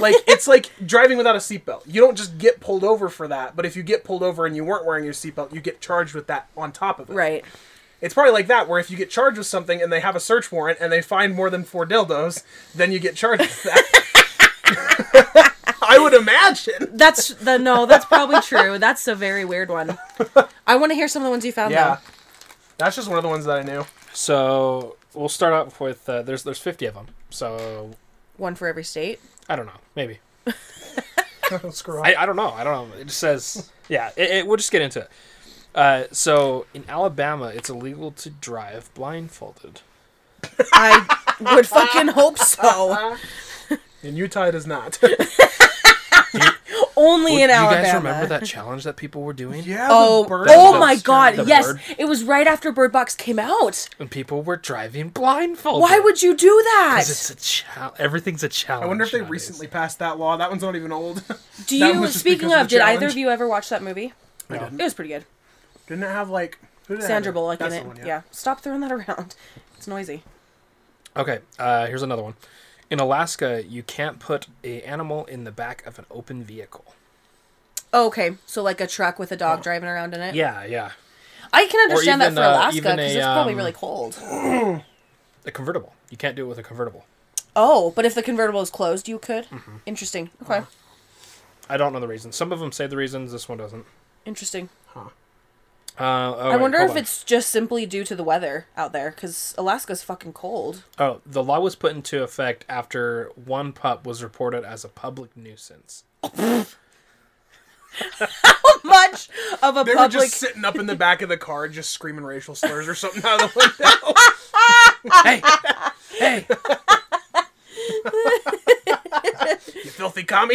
B: like it's like driving without a seatbelt. You don't just get pulled over for that, but if you get pulled over and you weren't wearing your seatbelt, you get charged with that on top of it.
A: right.
B: It's probably like that where if you get charged with something and they have a search warrant and they find more than four dildos, then you get charged with that. I would imagine.
A: That's the no. That's probably true. That's a very weird one. I want to hear some of the ones you found.
B: Yeah. That's just one of the ones that I knew.
C: So we'll start off with uh, there's there's 50 of them. So
A: though. one for every state.
C: I don't know, maybe
B: Screw
C: I, I don't know. I don't know. It just says, yeah, it, it- we'll just get into it. Uh, so in Alabama, it's illegal to drive blindfolded.
A: I would fucking hope so.
B: In Utah, it is not.
A: Only in
C: you
A: Alabama.
C: guys remember that challenge that people were doing?
B: yeah.
A: Oh,
B: the bird
A: oh
B: was
A: my
B: too.
A: god,
C: The
A: yes.
C: bird.
A: It was right after Bird Box came out.
C: And people were driving
B: Oh,
C: blindfolded.
A: Why would you do that?
C: 'Cause it's a challenge. Everything's a challenge.
B: I wonder if they
C: nowadays.
B: recently passed that law. That one's not even old.
A: Do
B: that
A: you
B: was just
A: speaking
B: because
A: of,
B: of the
A: did either
B: challenge.
A: of you ever watch that movie?
C: No.
A: It was pretty good.
B: Didn't it have like who did it
A: Sandra
B: have?
A: Bullock
B: That's
A: in
B: the
A: it.
B: one,
A: yeah. Stop throwing that around. It's noisy.
C: Okay, uh, here's another one. In Alaska, you can't put a animal in the back of an open vehicle.
A: Oh, okay, so like a truck with a dog driving around in it.
C: Yeah, yeah,
A: I can understand
C: even,
A: that for
C: uh,
A: Alaska
C: even
A: because
C: a,
A: it's probably
C: um,
A: really cold.
C: a convertible. You can't do it with a convertible.
A: Oh, but if the convertible is closed, you could.
C: Mm-hmm.
A: Interesting.
C: Uh-huh.
A: Okay,
C: I don't know the reason. Some of them say the reasons. This one doesn't.
A: interesting.
C: Uh, oh,
A: I
C: wait,
A: wonder
C: hold
A: if
C: on.
A: it's just simply due to the weather out there because Alaska's fucking cold.
C: Oh, the law was put into effect after one pup was reported as a public nuisance.
A: Much of a
B: They
A: public.
B: were just sitting up in the back of the car, just screaming racial slurs or something out of the window.
C: hey, hey!
B: you filthy commie!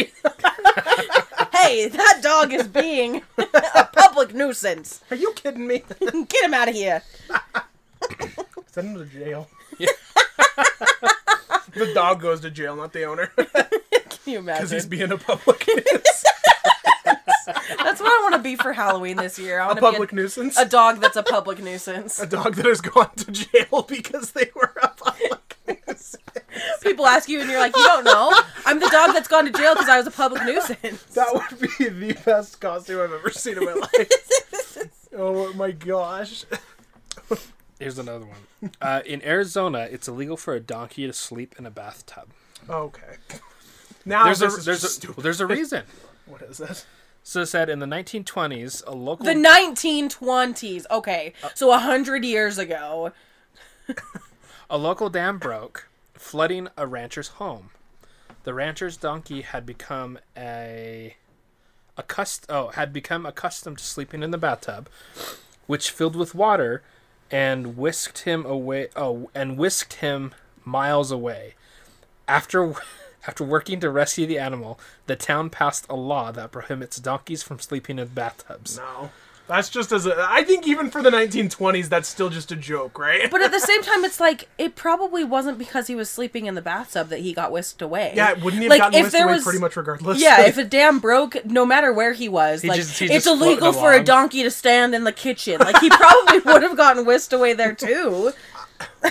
A: hey, that dog is being a public nuisance.
B: Are you kidding me?
A: Get him out of here.
B: Send him to jail. the dog goes to jail, not the owner,
A: Can you
B: because he's
A: imagine?
B: being a public
A: That's what I want to be for Halloween this year. I
B: a
A: want to
B: public
A: be
B: nuisance.
A: a, a dog that's a public nuisance.
B: a dog that has gone to jail because they were a public nuisance.
A: People ask you, and you're like, you don't know. I'm the dog that's gone to jail because I was a public nuisance.
B: That would be the best costume I've ever seen in my life. oh my gosh.
C: Here's another one. Uh, in Arizona, it's illegal for a donkey to sleep in a bathtub.
B: Okay. Now
C: There's a
B: this is
C: there's a
B: just stupid.
C: there's a reason.
B: What is this?
C: So it said in the 1920s, a local
A: The 1920s. Okay,
B: Uh,
A: so a hundred years ago.
C: a local dam broke, flooding a rancher's home. The rancher's donkey had become a accust- oh had become accustomed to sleeping in the bathtub, which filled with water, and whisked him away. Oh, and whisked him miles away. After after working to rescue the animal, the town passed a law that prohibits donkeys from sleeping in bathtubs.
B: No. That's just as a, I think even for the 1920s, that's still just a joke, right?
A: But at the same time, it's like it probably wasn't because he was sleeping in the bathtub that he got whisked away.
B: yeah, wouldn't he have
A: Like,
B: gotten
A: if
B: whisked
A: there
B: away
A: was-
B: pretty much regardless?
A: Yeah, if a dam broke, no matter where he was, like
C: just- he just
A: it's illegal
C: floated
A: for a
C: along.
A: donkey to stand in the kitchen. Like he probably would have gotten whisked away there too.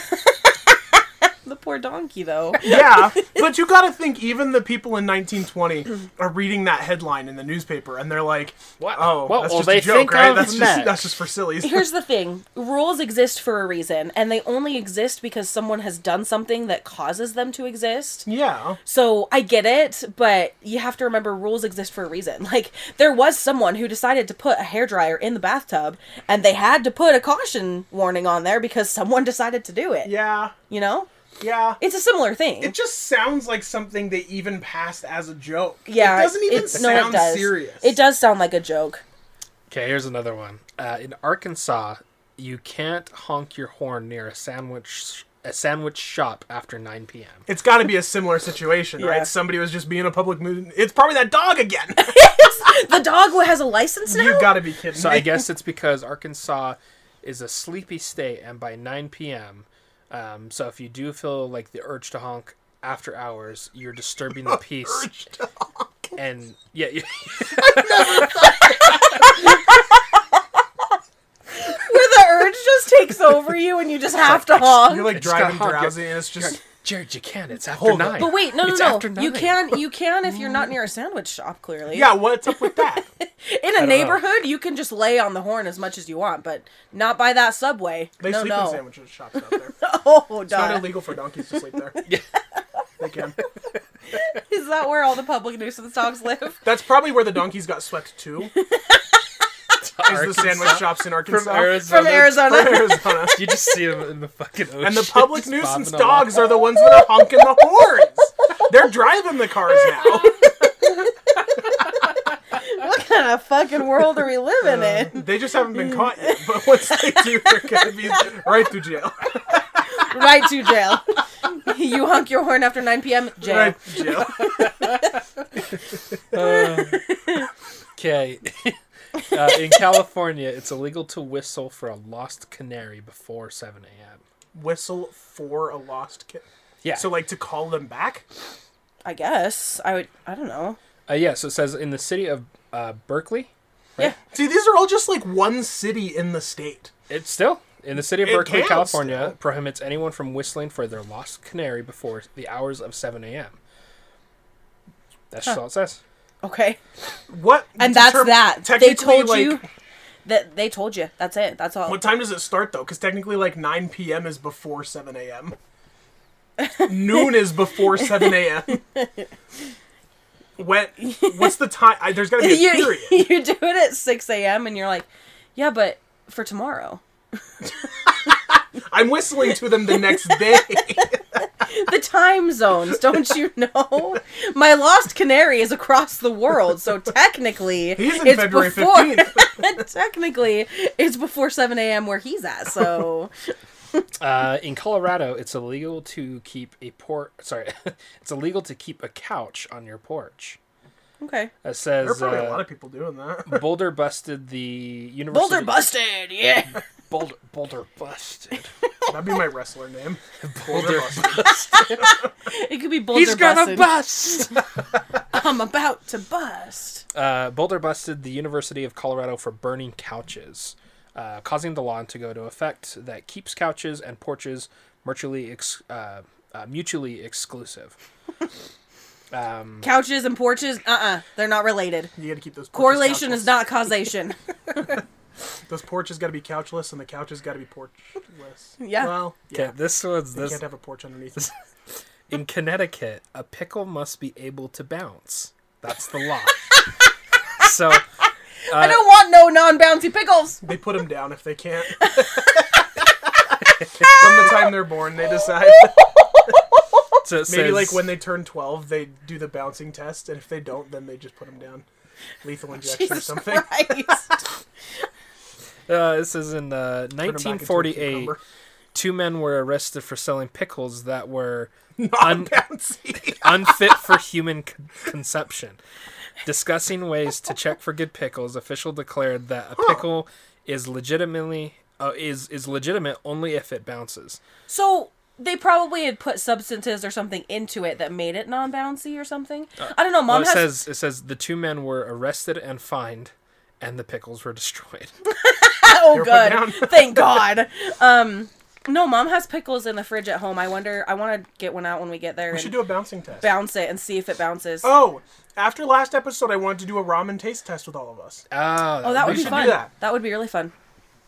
A: the poor donkey, though.
B: yeah, but you got to think even the people in 1920 are reading that headline in the newspaper and they're like,
C: What?
B: "Oh,
C: What
B: that's
C: will
B: just
C: they
B: a joke,
C: think
B: right?
C: of
B: That's just
C: next?"
B: that's just for sillies."
A: Here's the thing: rules exist for a reason, and they only exist because someone has done something that causes them to exist.
B: yeah.
A: So I get it, but you have to remember rules exist for a reason. Like there was someone who decided to put a hairdryer in the bathtub and they had to put a caution warning on there because someone decided to do it.
B: Yeah.
A: You know?
B: Yeah.
A: It's a similar thing.
B: It just sounds like something they even passed as a joke.
A: yeah.
B: It doesn't even
A: it-
B: sound
A: no, it does.
B: serious.
A: It does sound like a joke.
C: Okay, here's another one. Uh, in Arkansas, you can't honk your horn near a sandwich a sandwich shop after 9 p.m.
B: It's got to be a similar situation,
A: Yeah.
B: right? Somebody was just being a public mood. It's probably that dog again.
A: The dog who has a license now.
B: you got to be kidding
C: So
B: me.
C: I guess it's because Arkansas is a sleepy state, and by 9 p.m., um, so if you do feel like the urge to honk after hours, you're disturbing the peace. And yeah, you-
A: Where the urge just takes over you and you just have to honk.
B: You're like
C: It's got
B: driving
C: hard,
B: drowsy,
C: yeah.
B: and it's just
C: Jared, you can. It's after
B: Hold up.
C: nine.
A: but wait, no,
C: It's
A: no,
C: after
A: no. You
C: nine.
A: can, you can if you're not near a sandwich shop. Clearly,
B: Mm. yeah. What's up with that?
A: In a neighborhood, you can just lay on the horn as much as you want, but not by that subway.
B: They
A: no,
B: sleep
A: no.
B: in sandwiches shops out there.
A: Oh,
B: Not
A: duh.
B: illegal for donkeys to sleep there.
C: Uh, Yeah.
B: They can.
A: Is that where all the public nuisance dogs live?
B: That's probably where the donkeys got swept to. Is the
C: Arkansas.
B: sandwich shops in Arkansas
C: from Arizona.
A: From Arizona.
B: From Arizona.
C: You just see them in the fucking ocean.
B: And the public
C: just
B: nuisance
C: bobbing along.
B: dogs are the ones that are honking the horns. They're driving the cars now.
A: what kind of fucking world are we living in?
B: Um, They just haven't been caught yet. But once they do, they're gonna be right through jail.
A: Right to jail. you honk your horn after 9 p.m. Jail.
B: Right through jail.
C: Okay. uh, in California, it's illegal to whistle for a lost canary before 7 a.m.
B: Whistle for a lost kid.
C: Yeah.
B: So like to call them back.
A: I guess. I would. I don't know.
C: uh, yeah, so it says in the city of uh, Berkeley.
B: See, these are all just like one city in the state.
C: It's still in the city of
B: It
C: Berkeley,
B: counts,
C: California,
B: though.
C: prohibits anyone from whistling for their lost canary before the hours of 7 a.m. That's just all it says.
A: Okay.
B: What?
A: And that's
B: determ-
A: that. They
B: technically,
A: told
B: like,
A: you. That they told you. That's it. That's all.
B: What time does it start though? Because technically, like 9 p.m. is before 7 a.m. Noon is before 7 a.m. When? What's the time? I, there's got to be a
A: you,
B: period.
A: you do it at 6 a.m. and you're like, yeah, but for tomorrow.
B: I'm whistling to them the next day.
A: the time zones, don't you know? My lost canary is across the world, so technically
B: He's in February
A: before
B: 15th.
A: technically it's before seven AM where he's at, so
C: Uh, in Colorado, it's illegal to keep a port. Sorry, it's illegal to keep a couch on your porch.
A: Okay.
C: It
B: There are
C: says
B: probably a
C: uh,
B: lot of people doing that.
C: Boulder busted the University.
A: Boulder busted, yeah.
C: Boulder, Boulder busted.
B: That'd be my wrestler name.
C: Boulder
A: It could be Boulder
C: He's gonna
A: busted.
C: bust.
A: I'm about to bust.
C: uh, Boulder busted the University of Colorado for burning couches, uh, causing the law to go to effect that keeps couches and porches mutually ex- uh, uh, mutually exclusive. Um,
A: Couches and porches, uh uh-uh, uh, they are not related.
B: You got to keep those porches
A: Correlation is
B: couchless.
A: not causation.
B: Uh, Those porches got to be couchless, and the couches got to be porchless.
A: Yeah.
B: Well,
C: okay,
B: yeah.
C: this one's
B: You
C: this.
B: can't have a porch underneath. it.
C: In Connecticut, a pickle must be able to bounce. That's the law. so
A: I don't want no non bouncy pickles.
B: They put them down if they can't. From the time they're born, they decide.
C: So it
B: Maybe
C: says,
B: like when they turn 12, they do the bouncing test, and if they don't, then they just put them down. Lethal injection or
A: Jesus
B: something.
A: Christ.
C: uh, this is in uh,
B: Turn 'em back into a
C: 1948.
B: cucumber.
C: Two men were arrested for selling pickles that were
B: Not bouncy.
C: unfit for human con- consumption. Discussing ways to check for good pickles, official declared that a pickle is legitimately uh, is is legitimate only if it bounces.
A: So they probably had put substances or something into it that made it non-bouncy or something.
B: Uh,
A: I don't know. Mom
C: Well, it
A: has
C: says it says the two men were arrested and fined, and the pickles were destroyed.
A: oh
B: put
A: good,
B: down.
A: thank God. Um, no, mom has pickles in the fridge at home. I wonder. I want to get one out when we get there
B: We
A: and
B: should do a bouncing test.
A: bounce it and see if it bounces.
B: oh, after last episode, I wanted to do a ramen taste test with all of us.
C: Ah,
A: oh, that would be
B: should do
A: fun.
B: that.
A: would be really fun.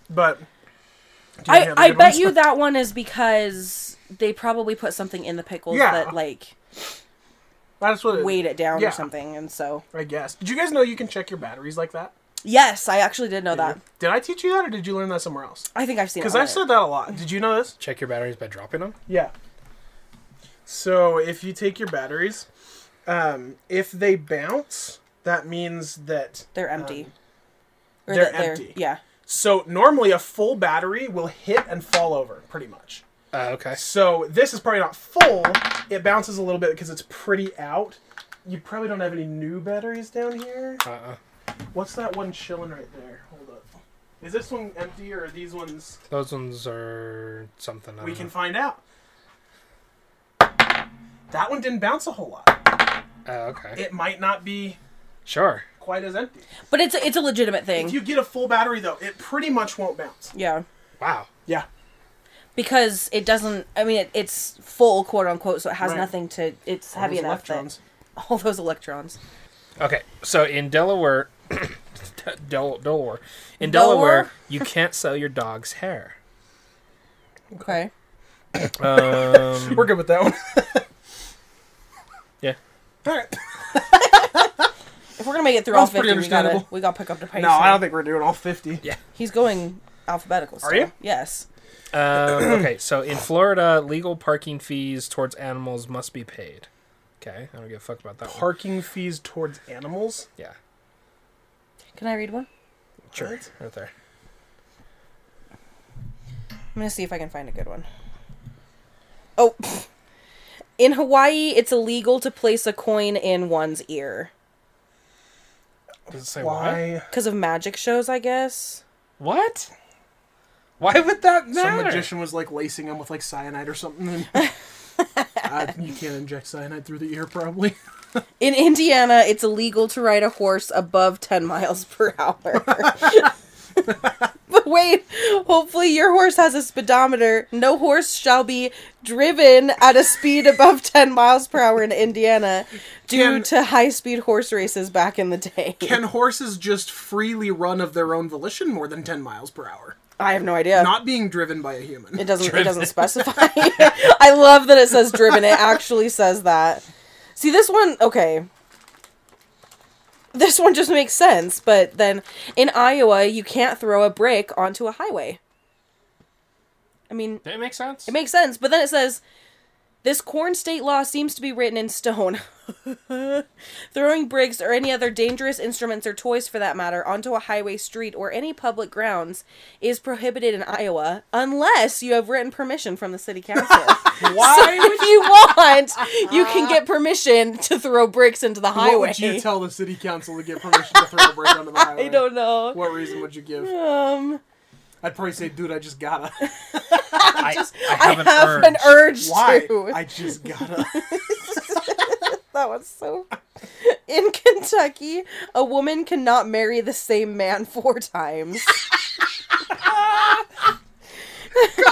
B: But. do you
A: I,
B: have any
A: I
B: good
A: bet
B: ones?
A: you that one is because they probably put something in the pickles
B: Yeah.
A: that like
B: That's what it-
A: weighed it down
B: Yeah.
A: or something, and so
B: I guess. Did you guys know you can check your batteries like that?
A: yes, I actually did know that.
B: Did I teach you that, or did you learn that somewhere else?
A: I think I've seen it.
B: Because
A: on
B: I've
A: it.
B: said that a lot. Did you know this?
C: check your batteries by dropping them.
B: Yeah. So if you take your batteries, um, if they bounce, that means that.
A: they're empty. or
B: they're
A: that
B: empty.
A: Yeah.
B: So normally a full battery will hit and fall over, pretty much.
C: Uh, okay.
B: So this is probably not full. It bounces a little bit because it's pretty out. You probably don't have any new batteries down here.
C: Uh. uh
B: What's that one chilling right there? Hold up. Is this one empty or are these ones?
C: Those ones are something. I
B: We
C: don't
B: can find out. That one didn't bounce a whole lot.
C: know. Uh, okay.
B: It might not be
C: Sure.
B: quite as empty.
A: But it's it's a legitimate thing.
B: If you get a full battery though, it pretty much won't bounce.
A: yeah.
C: Wow.
B: Yeah.
A: Because it doesn't. I mean, it, it's full, quote unquote. So it has
B: Right.
A: nothing to. It's heavy
B: Those
A: enough. that-
B: electrons.
A: all those electrons.
C: Okay. So in Delaware, Del- Delaware,
A: Delaware?
C: in Delaware, you can't sell your dog's hair.
A: Okay.
C: Um,
B: We're good with that one.
C: yeah.
B: All right.
A: If we're gonna make it through
B: That
A: all
B: was pretty
A: fifty, we gotta
B: understandable.
A: we gotta pick up the pace.
B: No, I don't think we're doing all fifty.
C: Yeah.
A: He's going alphabetical. Still.
B: you?
A: Yes.
C: Um, okay. So in Florida, legal parking fees towards animals must be paid. Okay. I don't give a fuck about that. one.
B: Parking fees towards animals.
C: Yeah.
A: Can I read one?
C: Sure.
B: What?
C: Right there.
A: I'm gonna see if I can find a good one. Oh. In Hawaii, it's illegal to place a coin in one's ear
C: Does it say why?
B: Why?
A: because of magic shows, I guess.
C: What? Why would that
B: Some
C: matter?
B: magician was like lacing them with like cyanide or something. uh, you can't inject cyanide through the ear, probably.
A: In Indiana, it's illegal to ride a horse above 10 miles per hour. but wait, hopefully your horse has a speedometer. No horse shall be driven at a speed above 10 miles per hour in Indiana due
B: Can-
A: to high speed horse races back in the day.
B: Can horses just freely run of their own volition more than ten miles per hour,
A: I have no idea.
B: not being driven by a human?
A: it doesn't it doesn't specify. I love that it says driven. It actually says that. See this one, okay. This one just makes sense, but then in Iowa you can't throw a brick onto a highway. I mean,
C: That makes sense.
A: it makes sense, but then it says this corn state law seems to be written in stone. Throwing bricks or any other dangerous instruments or toys for that matter onto a highway, street, or any public grounds is prohibited in Iowa unless you have written permission from the city council.
B: Why?
A: if you want, you can get permission to throw bricks into the highway.
B: What would you tell the city council to get permission to throw a brick onto the highway?
A: I don't know.
B: What reason would you give?
A: Um,
B: I'd probably say, dude, I just gotta.
C: I, I
A: I
C: have,
A: have
C: an, urge.
A: an urge
B: Why?
A: to.
B: I just gotta.
A: That was so. In Kentucky, a woman cannot marry the same man four times.
B: Come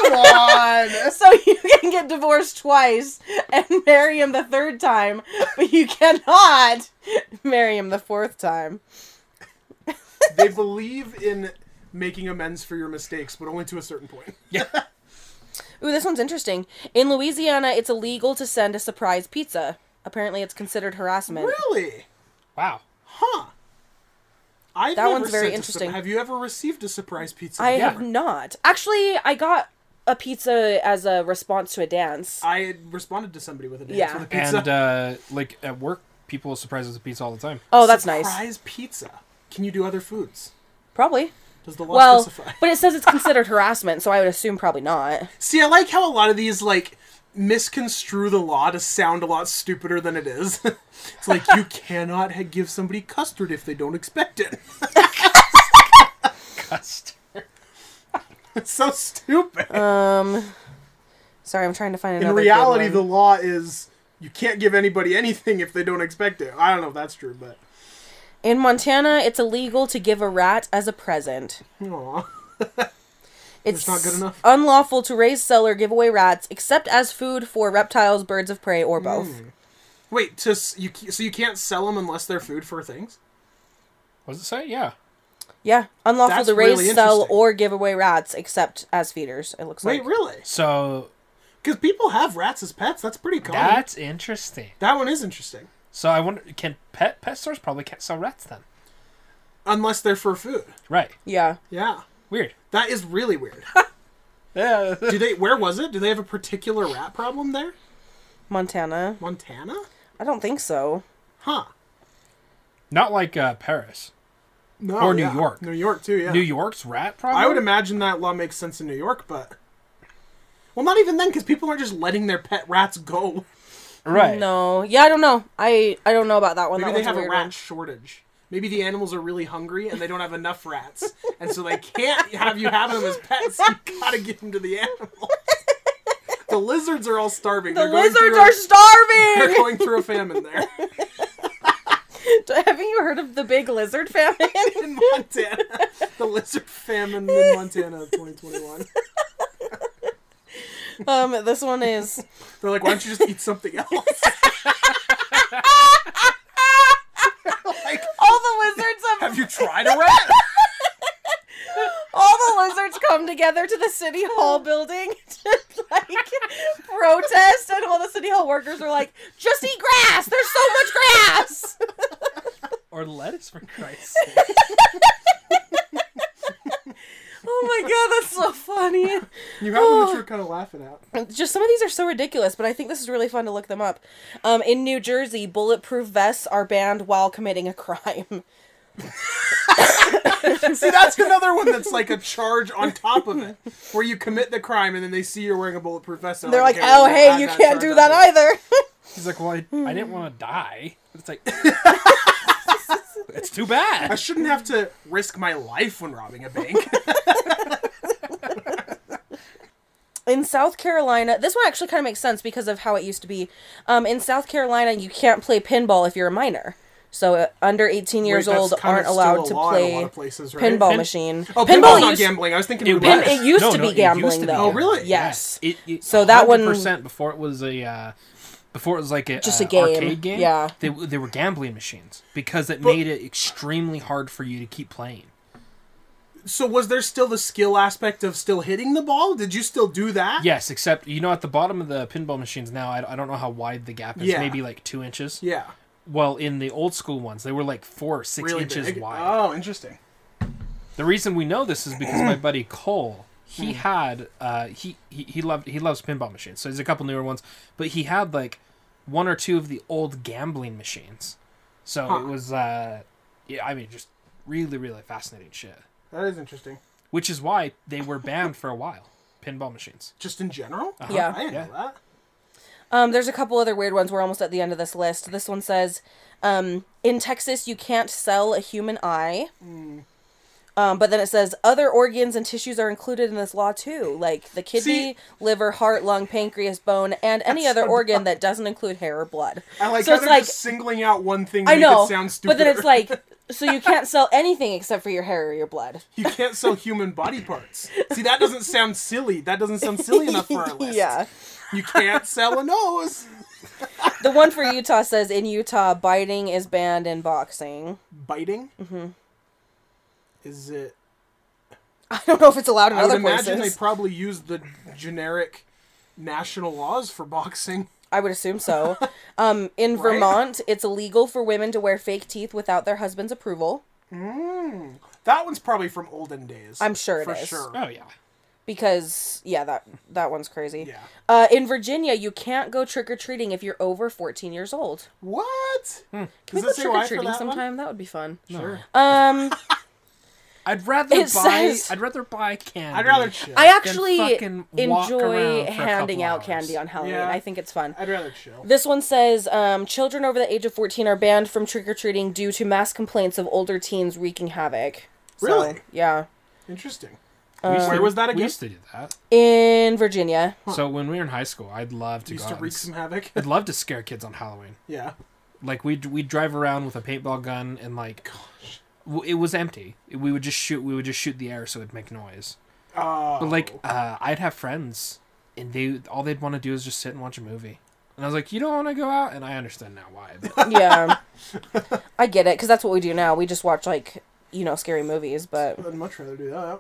B: on.
A: So you can get divorced twice and marry him the third time, but you cannot marry him the fourth time.
B: they believe in making amends for your mistakes, but only to a certain point.
A: Ooh, this one's interesting. In Louisiana, it's illegal to send a surprise pizza. Apparently, it's considered harassment.
B: Really?
C: Wow.
B: Huh. I've
A: That
B: never
A: one's very
B: sent a sur-
A: interesting.
B: have you ever received a surprise pizza?
A: I
C: Yeah.
A: have not. Actually, I got a pizza as a response to a dance.
B: I had responded to somebody with a dance
A: Yeah.
B: with a pizza.
C: And uh, like at work, people surprise us with pizza all the time.
A: Oh, that's nice.
B: Surprise pizza. Can you do other foods?
A: Probably.
B: Does the law
A: Well,
B: specify?
A: but it says it's considered harassment, so I would assume probably not.
B: See, I like how a lot of these like misconstrue the law to sound a lot stupider than it is. it's like you cannot ha- give somebody custard if they don't expect it.
C: Cust.
B: It's so stupid.
A: Sorry, I'm trying to find
B: In
A: another. good
B: reality,
A: one.
B: the law is you can't give anybody anything if they don't expect it. I don't know if that's true, but
A: In Montana, it's illegal to give a rat as a present.
B: Aw.
A: It's
B: not good enough?
A: unlawful to raise, sell, or give away rats except as food for reptiles, birds of prey, or both.
B: Hmm. Wait, to, s- you ca- so you can't sell them unless they're food for things?
C: Was it say? Yeah.
A: Yeah, unlawful
B: That's
A: to raise,
B: really
A: sell,
B: interesting.
A: or give away rats except as feeders. It looks
B: Wait,
A: like.
B: really?
C: So
B: Because people have rats as pets. That's pretty common. That,
C: that's interesting.
B: one is interesting.
C: So I wonder, can pet pet stores probably can't sell rats then?
B: Unless they're for food.
C: Right.
A: Yeah,
B: Yeah.
C: Weird.
B: That is really weird.
C: Yeah.
B: Do they? Where was it? Do they have a particular rat problem there?
A: Montana.
B: Montana?
A: I don't think so.
B: Huh?
C: Not like uh, Paris.
B: No.
C: Or New
B: yeah.
C: York.
B: New York too. Yeah.
C: New York's rat problem.
B: I would imagine that law makes sense in New York, but Well, not even then, because people aren't just letting their pet rats go.
C: Right.
A: No. Yeah, I don't know. I I don't know about that one.
B: Maybe
A: that
B: they
A: one's
B: have
A: a
B: a
A: weird
B: rat
A: one.
B: shortage. Maybe the animals are really hungry and they don't have enough rats, and so they can't have you have them as pets. You gotta give them to the animals. The lizards are all starving.
A: The
B: They're going
A: lizards
B: through a-
A: are
B: They're
A: starving.
B: going through a famine there
A: Haven't you heard of the big lizard famine?
B: in Montana. The lizard famine in Montana of 2021.
A: um, this one is
B: They're like, why don't you just eat something else? like,
A: all the lizards of
B: have you tried a rat?
A: all the lizards come together to the city hall building to like protest, and all the city hall workers are like, "Just eat grass. There's so much grass."
C: Or lettuce for Christ's sake.
A: Oh my god, that's so funny.
B: You have them, which we're kind of laughing at.
A: just some of these are so ridiculous, but I think this is really fun to look them up. Um, in New Jersey, bulletproof vests are banned while committing a crime.
B: See, that's another one that's like a charge on top of it, where you commit the crime and then they see you're wearing a bulletproof vest. And
A: They're like,
B: okay,
A: "Oh,
B: we'll
A: hey,
B: add
A: you
B: that
A: can't
B: charge
A: do
B: on
A: that
B: there."
A: either."
C: He's like, well, I, I didn't want to die. It's like, it's too bad.
B: I shouldn't have to risk my life when robbing a bank.
A: in South Carolina, this one actually kind of makes sense because of how it used to be. Um, in South Carolina, you can't play pinball if you're a minor. So uh, under 18 years
B: Wait, that's
A: old
B: kind of
A: aren't allowed to
B: still a law in a
A: play
B: lot of places, right?
A: pinball
C: Pin-
A: machine.
B: Oh, pinball's not
A: used,
B: gambling. I was thinking
A: pin-
B: roulette.
A: it used to be
C: it used
A: gambling,
C: be
A: though.
B: Oh, really?
A: Yes.
C: It, it,
A: So that one-
C: percent before it was a uh, before it was like a
A: Just
C: uh,
A: a game.
C: arcade game.
A: Yeah.
C: they they were gambling machines because it made it extremely hard for you to keep playing.
B: So was there still the skill aspect of still hitting the ball? Did you still do that?
C: Yes, except you know at the bottom of the pinball machines now, I, I don't know how wide the gap is.
B: Yeah.
C: Maybe like two inches.
B: Yeah.
C: Well, in the old school ones, they were like four or six
B: Really
C: inches
B: big.
C: wide.
B: Oh, interesting.
C: The reason we know this is because my buddy Cole, he
B: Hmm.
C: had uh, he, he he loved he loves pinball machines. So there's a couple newer ones, but he had like one or two of the old gambling machines. So it was uh, yeah, I mean just really really fascinating shit.
B: That is interesting.
C: Which is why they were banned for a while. Pinball machines.
B: Just in general?
A: Yeah.
B: I didn't
C: Yeah.
B: know that.
A: Um, there's a couple other weird ones. We're almost at the end of this list. This one says, um, in Texas, you can't sell a human eye.
B: Hmm.
A: Um, but then it says other organs and tissues are included in this law too, like the kidney,
B: See-
A: liver, heart, lung, pancreas, bone, and any other organ that doesn't include hair or blood.
B: I like
A: So
B: how
A: it's
B: they're
A: like-
B: just singling out one thing to
A: I
B: make
A: know,
B: it sound stupid.
A: but then it's like, so you can't sell anything except for your hair or your blood.
B: You can't sell human body parts. See, that doesn't sound silly. That doesn't sound silly enough for our list.
A: yeah.
B: You can't sell a nose.
A: The one for Utah says in Utah, biting is banned in boxing.
B: Biting? Mm-hmm. Is it.
A: I don't know if it's allowed in
B: I would
A: other
B: imagine
A: places.
B: they probably use the generic national laws for boxing.
A: I would assume so. Um, in Vermont, it's illegal for women to wear fake teeth without their husband's approval
B: That one's probably from olden days.
A: I'm sure it
B: for
A: is.
B: sure.
C: Oh yeah.
A: because yeah, that that one's crazy.
B: Yeah.
A: Uh, in Virginia, you can't go trick or treating if you're over 14 years old.
B: What?
A: Can we
B: Does
A: go
B: it say
A: trick or
B: why for
A: treating
B: that
A: sometime?
B: one?
A: That would be fun.
B: Sure.
A: Um,
C: Oh. I'd rather
A: It
C: buy
A: says-
C: I'd rather buy candy.
B: I'd rather chill.
A: I actually
C: fucking walk
A: enjoy
C: around for a
A: handing
C: couple
A: out
C: hours.
A: candy on Halloween.
B: Yeah.
A: I think it's fun.
B: I'd rather chill.
A: This one says um, children over the age of 14 are banned from trick or treating due to mass complaints of older teens wreaking havoc. So,
B: Really?
A: yeah.
B: Interesting.
C: We used
B: Where
C: to-
B: was that
C: We
B: again?
C: used to do that.
A: In Virginia.
C: So when we were in high school, I'd love to
B: Used
C: go.
B: to
C: out
B: wreak
C: and-
B: some havoc.
C: I'd love to scare kids on Halloween.
B: Yeah.
C: Like we'd we'd drive around with a paintball gun and like, w- it was empty. We would just shoot. We would just shoot the air so it'd make noise.
B: Oh.
C: But like, uh, I'd have friends, and they all they'd want to do is just sit and watch a movie. And I was like, you don't want to go out, and I understand now why. But
A: Yeah. I get it, because that's what we do now. We just watch, like, you know, scary movies, but.
B: Oh. I'd much rather do that.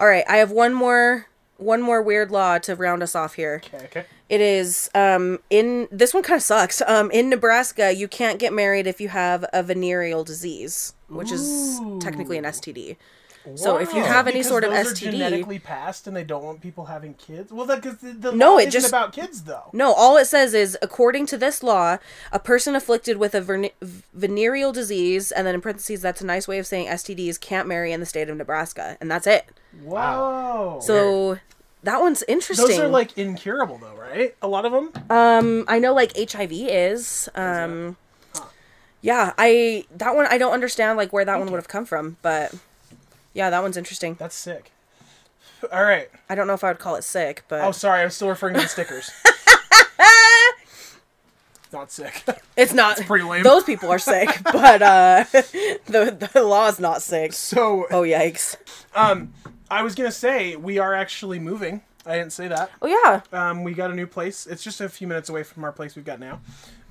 A: All right, I have one more. One more weird law to round us off here.
B: Okay.
A: It is um in this one kind of sucks. Um in Nebraska, you can't get married if you have a venereal disease, which is technically an STD. So if you
B: Wow.
A: have any
B: Oh, Because
A: sort of
B: those are
A: STD
B: genetically passed, and they don't want people having kids. Well, because the, the
A: No,
B: law
A: it
B: isn't
A: just-
B: about kids though.
A: No, all it says is according to this law, a person afflicted with a verne- venereal disease, and then in parentheses, that's a nice way of saying STDs can't marry in the state of Nebraska, and that's it.
B: Wow.
A: So that one's interesting.
B: Those are like incurable though, right? A lot of them.
A: Um, I know like HIV is. Um, yeah, I that one I don't understand like where that one would have come from, but yeah, that one's interesting.
B: That's sick. All right.
A: I don't know if I would call it sick, but
B: Oh, sorry. I'm still referring to the stickers. Not sick.
A: it's not.
B: pretty lame.
A: Those people are sick, but uh, the the law's not sick.
B: so
A: Oh yikes!
B: I was gonna say we are actually moving. I didn't say that.
A: Oh yeah,
B: Um, we got a new place. It's just a few minutes away from our place we've got now,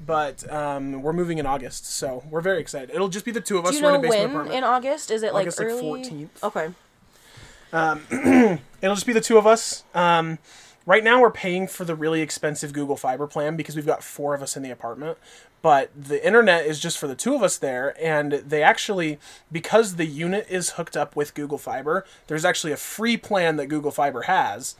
B: but um, we're moving in August, so we're very excited. It'll just be the two of us.
A: Do you
B: we're
A: know
B: in a basement
A: when
B: apartment.
A: in August? Is it like
B: August, like,
A: early?
B: 14th.
A: Okay.
B: It'll just be the two of us. Um, right now, we're paying for the really expensive Google Fiber plan because we've got four of us in the apartment. But the internet is just for the two of us there, and they actually, because the unit is hooked up with Google Fiber, there's actually a free plan that Google Fiber has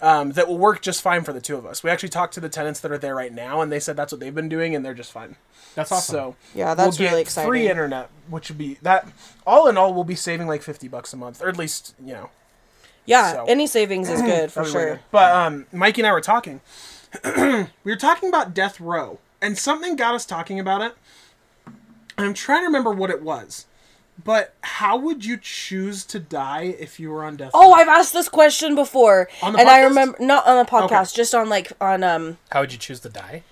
B: um, that will work just fine for the two of us. We actually talked to the tenants that are there right now, and they said that's what they've been doing, and they're just fine.
C: That's awesome.
B: So
A: Yeah, that's
B: we'll get
A: really exciting.
B: Free internet, which would be that. All in all, we'll be saving like fifty bucks a month, or at least you know
A: Yeah,
B: So-
A: any savings is good for
B: everywhere.
A: sure.
B: But um, Mikey and I were talking. we were talking about Death Row, and something got us talking about it. And I'm trying to remember what it was, but how would you choose to die if you were on death?
A: Oh,
B: row?
A: I've asked this question before,
B: On the
A: and I
B: podcast?
A: remember not on the podcast, just on like on um.
C: How would you choose to die?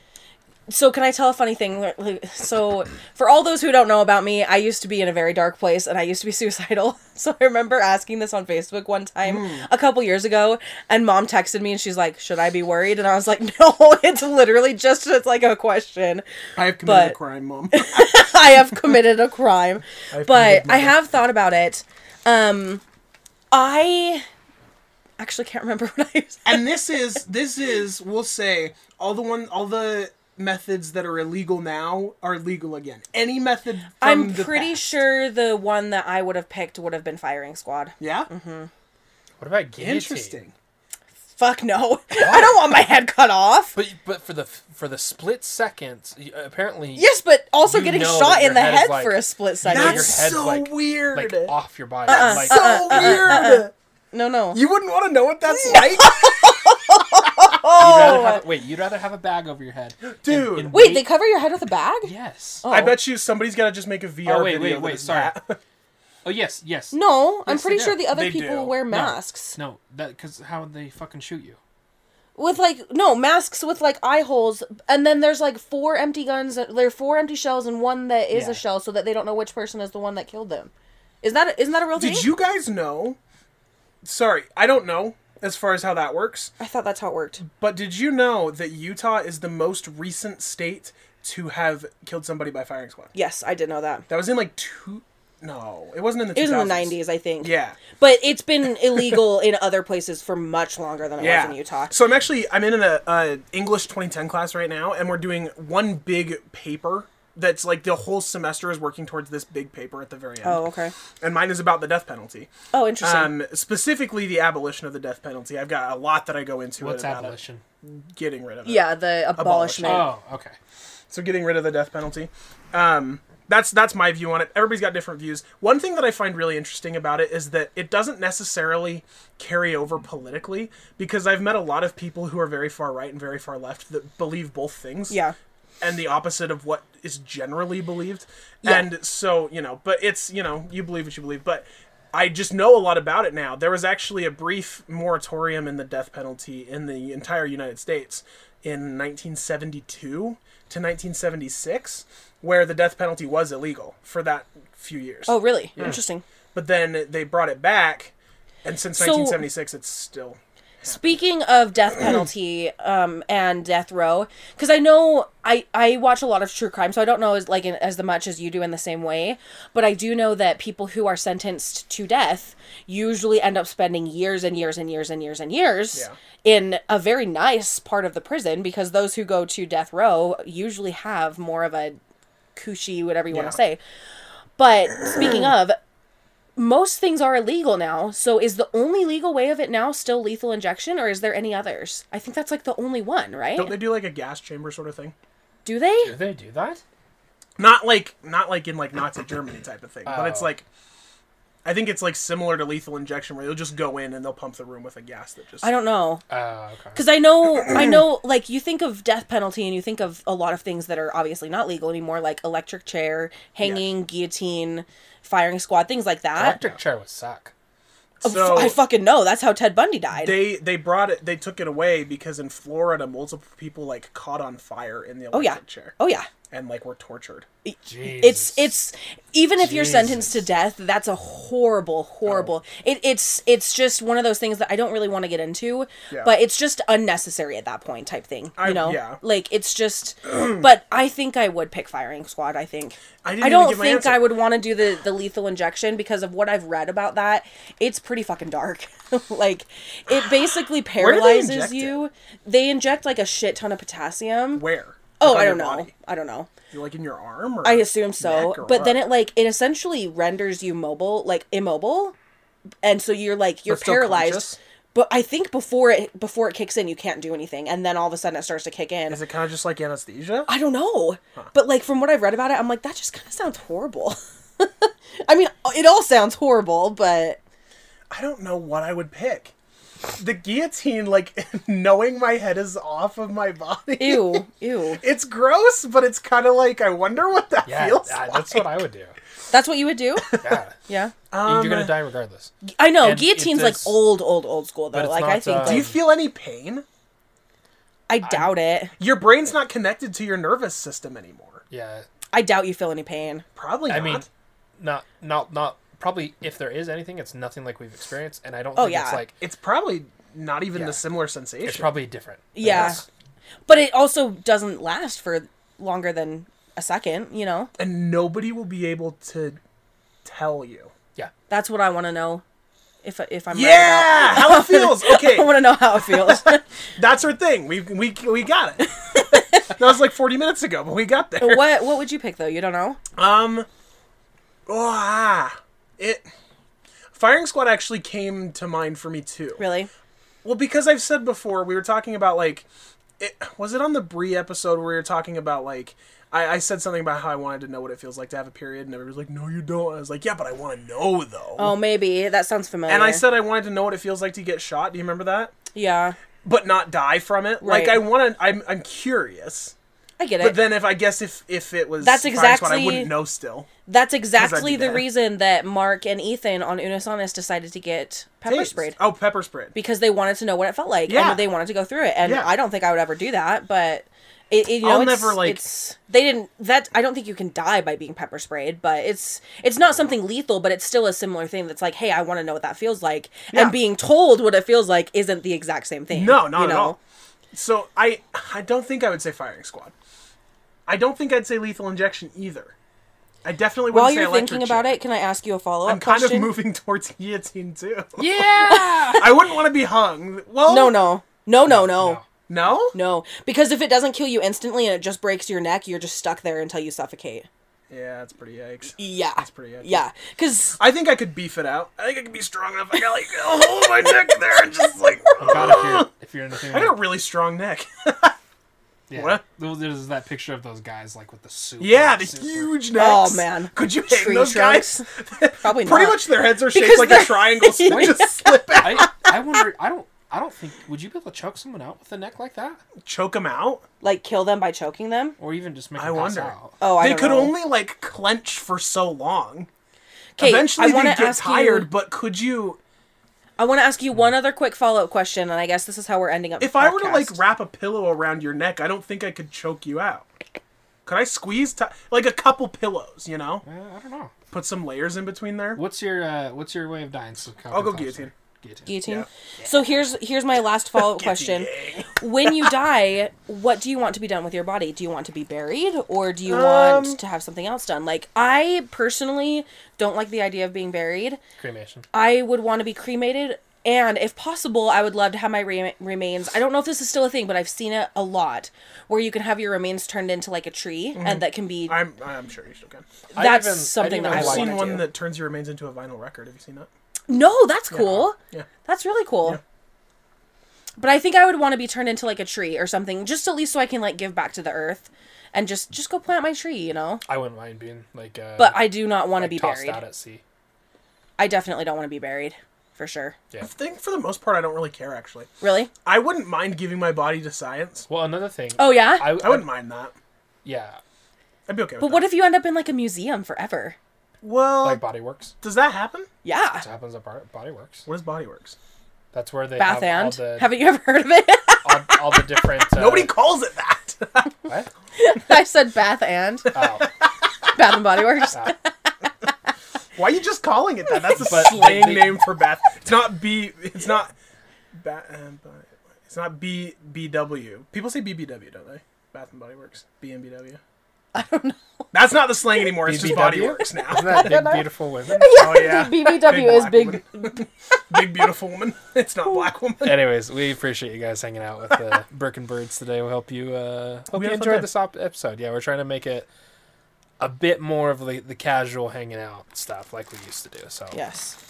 A: So can I tell a funny thing? So for all those who don't know about me, I used to be in a very dark place, and I used to be suicidal. So I remember asking this on Facebook one time a couple years ago, and Mom texted me, and she's like, "Should I be worried?" And I was like, "No, it's literally just it's like a question."
B: I have committed a
A: but-
B: crime, Mom.
A: I have committed a crime.
B: committed
A: but I
B: murder.
A: have thought about it. Um I actually can't remember what I used.
B: and this is this is we'll say all the one all the methods that are illegal now are legal again. Any method. From
A: I'm
B: the
A: pretty
B: past.
A: sure the one that I would have picked would have been firing squad.
B: Yeah.
C: Mm-hmm. What about guillotine?
B: Interesting.
A: Fuck no. I don't want my head cut off.
C: But but for the for the split seconds, you- apparently
A: yes, but also
C: You
A: getting
C: know
A: shot
C: that
A: in
C: your
A: the
C: head is
A: head
C: like-
A: for a split second.
C: your
B: That's
C: head's
B: so
C: like-
B: weird.
C: like off your body. like,
B: Uh-huh.
A: Uh,
B: so weird.
A: No, no.
B: You wouldn't want to know what that's like,
C: you'd rather have, wait, you'd rather have a bag over your head,
B: dude.
C: and
A: Wait, they cover your head with a bag?
C: Yes.
A: Oh.
B: I bet you somebody's got to just make a VR
C: Oh, wait,
B: video.
C: wait,
B: that
C: wait,
B: is
C: sorry.
B: that.
C: Oh yes, yes.
A: No, I'm
C: Yes, they
A: pretty
C: do.
A: sure the other
B: They
A: people
B: do.
A: wear
C: No.
A: masks.
C: No, that because how would they fucking shoot you?
A: with like no masks with like eye holes and then there's like four empty guns there are four empty shells and one that is
C: Yeah.
A: a shell so that they don't know which person is the one that killed them is that isn't that a real
B: Did
A: thing
B: you guys know? Sorry, I don't know as far as how that works,
A: i thought that's how it worked
B: but did you know that Utah is the most recent state to have killed somebody by firing squad?
A: yes i did know that
B: That was in like two. No, it wasn't in the.
A: it was in the
B: 2000s.
A: 90s i think
B: Yeah.
A: but it's been illegal in other places for much longer than it was in utah
B: So I'm actually I'm in an uh, English 2010 class right now, and we're doing one big paper that's like the whole semester is working towards this big paper at the very end.
A: oh okay
B: And mine is about the death penalty.
A: oh interesting
B: Um, specifically the abolition of the death penalty. I've got a lot that I go into
C: What's
B: it about it,
C: abolition?
B: getting rid of it.
A: yeah the abolishment
C: Oh, okay.
B: So getting rid of the death penalty. Um, that's that's my view on it. Everybody's got different views. One thing that I find really interesting about it is that it doesn't necessarily carry over politically because I've met a lot of people who are very far right and very far left that believe both things.
A: yeah
B: And the opposite of what is generally believed.
A: Yeah.
B: And so, you know, but it's, you know, you believe what you believe, but I just know a lot about it now. There was actually a brief moratorium in the death penalty in the entire United States in 1972 to 1976 where the death penalty was illegal for that few years.
A: oh really interesting
B: But then they brought it back and since
A: So-
B: 1976 it's still
A: Speaking of death penalty um, and death row, because I know I, I watch a lot of true crime, so I don't know as like in, as much as you do in the same way, but I do know that people who are sentenced to death usually end up spending years and years and years and years and years
B: Yeah.
A: in a very nice part of the prison because those who go to death row usually have more of a cushy whatever you
B: Yeah.
A: want to say. But speaking of, most things are illegal now. So is the only legal way of it now still lethal injection or is there any others? I think that's like the only one, right?
B: don't they do like a gas chamber sort of thing?
A: Do they?
C: Do they do that?
B: not like not like in like Nazi Germany type of thing, but it's
C: Oh.
B: like I think it's like similar to lethal injection where they'll just go in and they'll pump the room with a gas that just
A: I don't know.
C: Uh, okay.
A: Because I know, I know, like you think of death penalty and you think of a lot of things that are obviously not legal anymore, like electric chair, hanging, guillotine, firing squad, things like that.
C: Electric chair would suck.
B: So-
A: I fucking know. That's how Ted Bundy died.
B: They they brought it. They took it away because in Florida, multiple people like caught on fire in the
A: oh
B: electric
A: yeah.
B: chair
A: Oh yeah.
B: and like were tortured.
A: It's it's even if you're sentenced to
C: Jesus.
A: death, that's a horrible,
B: Oh.
A: horrible. It, it's it's just one of those things that I don't really want to get into,
B: Yeah.
A: but it's just unnecessary at that point, type thing. You
B: I-
A: know,
B: yeah.
A: like it's just. but I think I would pick firing squad. I think
B: I didn't
A: I
B: even
A: don't
B: give my
A: think
B: answer.
A: I would want to do the the lethal injection because of what I've read about that. It's pretty fucking dark. like it basically
B: do they
A: paralyzes
B: inject it?
A: you. They inject like a shit ton of potassium.
B: Where?
A: Oh,
B: Like, on
A: I
B: your
A: don't know.
B: body?
A: I don't know.
B: You're like in your arm, or
A: I assume so.
B: neck or
A: But then
B: what?
A: it like it essentially renders you mobile, like immobile, and so you're like you're
B: But still
A: paralyzed.
B: conscious?
A: But I think before it before it kicks in, you can't do anything, and then all of a sudden it starts to kick in.
B: Is it kind of just like anesthesia?
A: I don't know, but like from what I've read about it, I'm like that just kind of sounds horrible. I mean, it all sounds horrible, but
B: I don't know what I would pick. The guillotine, like knowing my head is off of my body.
A: ew, ew.
B: It's gross, but it's kind of like I wonder what that
C: Yeah,
B: feels
C: uh,
B: like.
C: that's what I would do.
A: That's what you would do.
C: Yeah,
A: Yeah,
C: you're
A: Um,
C: gonna die regardless.
A: I know.
C: And
A: Guillotine's
C: it
A: like
C: does-
A: old, old, old school though.
C: it's
A: Like I
C: not,
A: think
C: uh,
A: that-
B: Do you feel any pain?
A: I doubt it.
B: Your brain's not connected to your nervous system anymore.
C: Yeah,
A: I doubt you feel any pain.
B: Probably.
C: I
B: Not.
C: mean, not not not probably. If there is anything, it's nothing like we've experienced, and I don't.
A: Oh,
C: think it's
A: yeah.
C: like
B: it's probably not even
C: Yeah.
B: the similar
C: it's
B: sensation.
C: probably different.
A: Yeah.
C: It's-
A: But it also doesn't last for longer than a second, you know?
B: and nobody will be able to tell you.
C: yeah.
A: That's what I want to know if, if I'm right
B: Yeah, how it feels.
A: about I
B: Okay,
A: want to know how it feels.
B: that's our thing. We we we got it. that was like 40 minutes ago, but we got there.
A: what what would you pick though? You don't know?
B: Um, oh, ah, it. Firing squad actually came to mind for me too.
A: Really?
B: Well, because I've said before, we were talking about like, it, was it on the Brie episode where we were talking about like, I, I said something about how I wanted to know what it feels like to have a period, and everybody was like, "No, you don't." I was like, "Yeah, but I want to know though."
A: Oh, maybe. That sounds familiar.
B: and I said I wanted to know what it feels like to get shot. Do you remember that?
A: Yeah.
B: But not die from it. Like
A: Right.
B: I want to. I'm I'm curious.
A: I get
B: But
A: it.
B: then if I guess if if it was
A: That's
B: Firing Squad, I
A: exactly-
B: wouldn't know still.
A: That's exactly the
B: bad.
A: reason that Mark and Ethan on Unisonus decided to get pepper
B: Tased.
A: sprayed.
B: Oh, pepper sprayed.
A: Because they wanted to know what it felt like,
B: Yeah.
A: and they wanted to go through it. And
B: Yeah.
A: I don't think I would ever do that, but it, it you know,
B: I'll
A: it's-
B: never, like-
A: it's they didn't that I don't think you can die by being pepper sprayed, but it's it's not something lethal, but it's still a similar thing that's like, hey, I want to know what that feels like,
B: Yeah.
A: and being told what it feels like isn't the exact same thing.
B: No, not
A: you
B: at
A: know?
B: all. So I I don't think I would say firing squad. I don't think I'd say lethal injection either. I definitely wouldn't
A: While
B: say
A: you're
B: electric
A: thinking about
B: chair.
A: it, can I ask you a follow
B: I'm
A: up
B: kind
A: question?
B: of moving towards guillotine too.
C: Yeah.
B: I wouldn't want to be hung. Well,
A: No, no, no, no, no,
B: no.
A: no, because if it doesn't kill you instantly and it just breaks your neck, you're just stuck there until you suffocate.
B: Yeah, that's pretty yikes.
A: Yeah, that's
B: pretty accurate.
A: Yeah, because
B: I think I could beef it out. I think I could be strong enough. I got like a hole in my neck there and just like
C: God, if you're if you're anything.
B: I
C: like-
B: got a really strong neck.
C: yeah.
B: what?
C: There- There's that picture of those guys like with the suit.
B: yeah,
C: and
B: the
C: suit.
B: huge
A: Oh,
B: necks.
A: man.
B: could you hang
A: Tree
B: those
A: trunks?
B: guys?
A: Probably not.
B: Pretty much their heads are shaped
A: Because
B: like
A: they're-
B: a triangle, so they just slip out.
C: I, I wonder. I don't. I don't think. Would you be able to choke someone out with a neck like that,
B: Choke them out.
A: like kill them by choking them.
C: or even just make?
B: I
C: them pass
B: wonder.
C: Out?
A: Oh, I
B: they
A: don't
B: could
A: know.
B: only like clench for so long.
A: 'Kay,
B: Eventually,
A: I
B: they
A: wanna
B: get
A: ask
B: tired.
A: You,
B: But could you,
A: I want to ask you one other quick follow up question, and I guess this is how we're ending up.
B: if
A: the
B: I were to like
A: podcast.
B: wrap a pillow around your neck, I don't think I could choke you out. Could I squeeze ti like a couple pillows? You know,
C: Uh, I don't know.
B: put some layers in between there.
C: What's your uh, What's your way of dying? So
B: I'll go guillotine.
C: Guillotine.
A: guillotine. So here's here's my last follow up question. When you die, what do you want to be done with your body? Do you want to be buried, or do you
B: Um,
A: want to have something else done? Like I personally don't like the idea of being buried.
C: Cremation.
A: I would want to be cremated. And if possible, I would love to have my re- remains. I don't know if this is still a thing, but I've seen it a lot where you can have your remains turned into like a tree
C: Mm-hmm.
A: and that can be
B: I'm I'm sure you still can.
C: I
A: That's
C: even- I
A: something that
C: even
A: I
B: I've
A: wanna
B: seen one
A: do.
B: that turns your remains into a vinyl record. Have you seen that?
A: No, that's cool.
B: Yeah.
A: That's really cool. But I think I would want to be turned into like a tree or something, just at least so I can like give back to the earth and just just go plant my tree, you know.
C: I wouldn't mind being like. Uh,
A: But I do not want to
C: like,
A: be
C: tossed
A: buried.
C: out at sea.
A: I definitely don't want to be buried, for sure.
B: I think for the most part, I don't really care actually.
A: Really?
B: I wouldn't mind giving my body to science.
C: Well, another thing.
A: Oh yeah.
C: I,
B: I wouldn't mind that.
C: Yeah,
B: I'd be okay with
A: but
B: that.
A: what if you end up in like a museum forever?
B: well,
C: like Body Works.
B: does that happen?
A: Yeah.
C: That's what happens at Bar- Body Works.
B: What is Body Works?
C: That's where they
A: Bath
C: have all
A: and
C: the,
A: haven't you ever heard of it?
C: all, all the different. Uh,
B: Nobody calls it that.
C: What?
A: I said bath and
C: Oh.
A: Bath and Body Works.
C: Oh.
B: Why are you just calling it that? That's a
C: But
B: slang
C: they-
B: name for bath. It's not B. It's not. Ba- um, Body- it's not B B W. People say BBW, don't they? Bath and Body Works. B and BW. I don't know. That's not the slang anymore. It's just Body
C: BBW?
B: Works now.
C: Isn't that big, beautiful women?
B: oh yeah.
A: BBW is
B: black
A: big.
B: woman. big beautiful woman. It's not black woman.
C: Anyways, we appreciate you guys hanging out with the Brick and Birds today. We hope you uh, hope
B: We
C: you
B: had a fun
C: enjoyed
B: time.
C: this op- episode. Yeah, we're trying to make it a bit more of the, the casual hanging out stuff like we used to do. So
A: Yes.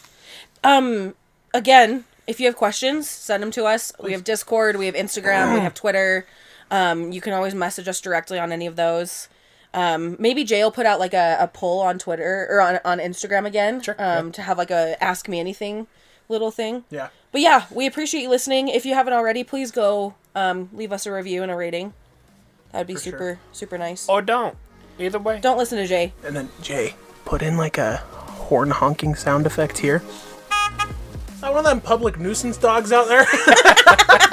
A: Um. Again, if you have questions, send them to us. We have Discord. We have Instagram. we have Twitter. Um. You can always message us directly on any of those. Um. Maybe Jay will put out like a, a poll on Twitter or on on Instagram again.
C: Sure,
A: Um. To have like a ask me anything little thing.
B: Yeah.
A: But yeah, we appreciate you listening. If you haven't already, please go um leave us a review and a rating. That'd be
B: sure.
A: super super nice.
C: or don't. Either way,
A: Don't listen to Jay.
B: And then Jay, put in like a horn honking sound effect here. Is that one of them public nuisance dogs out there?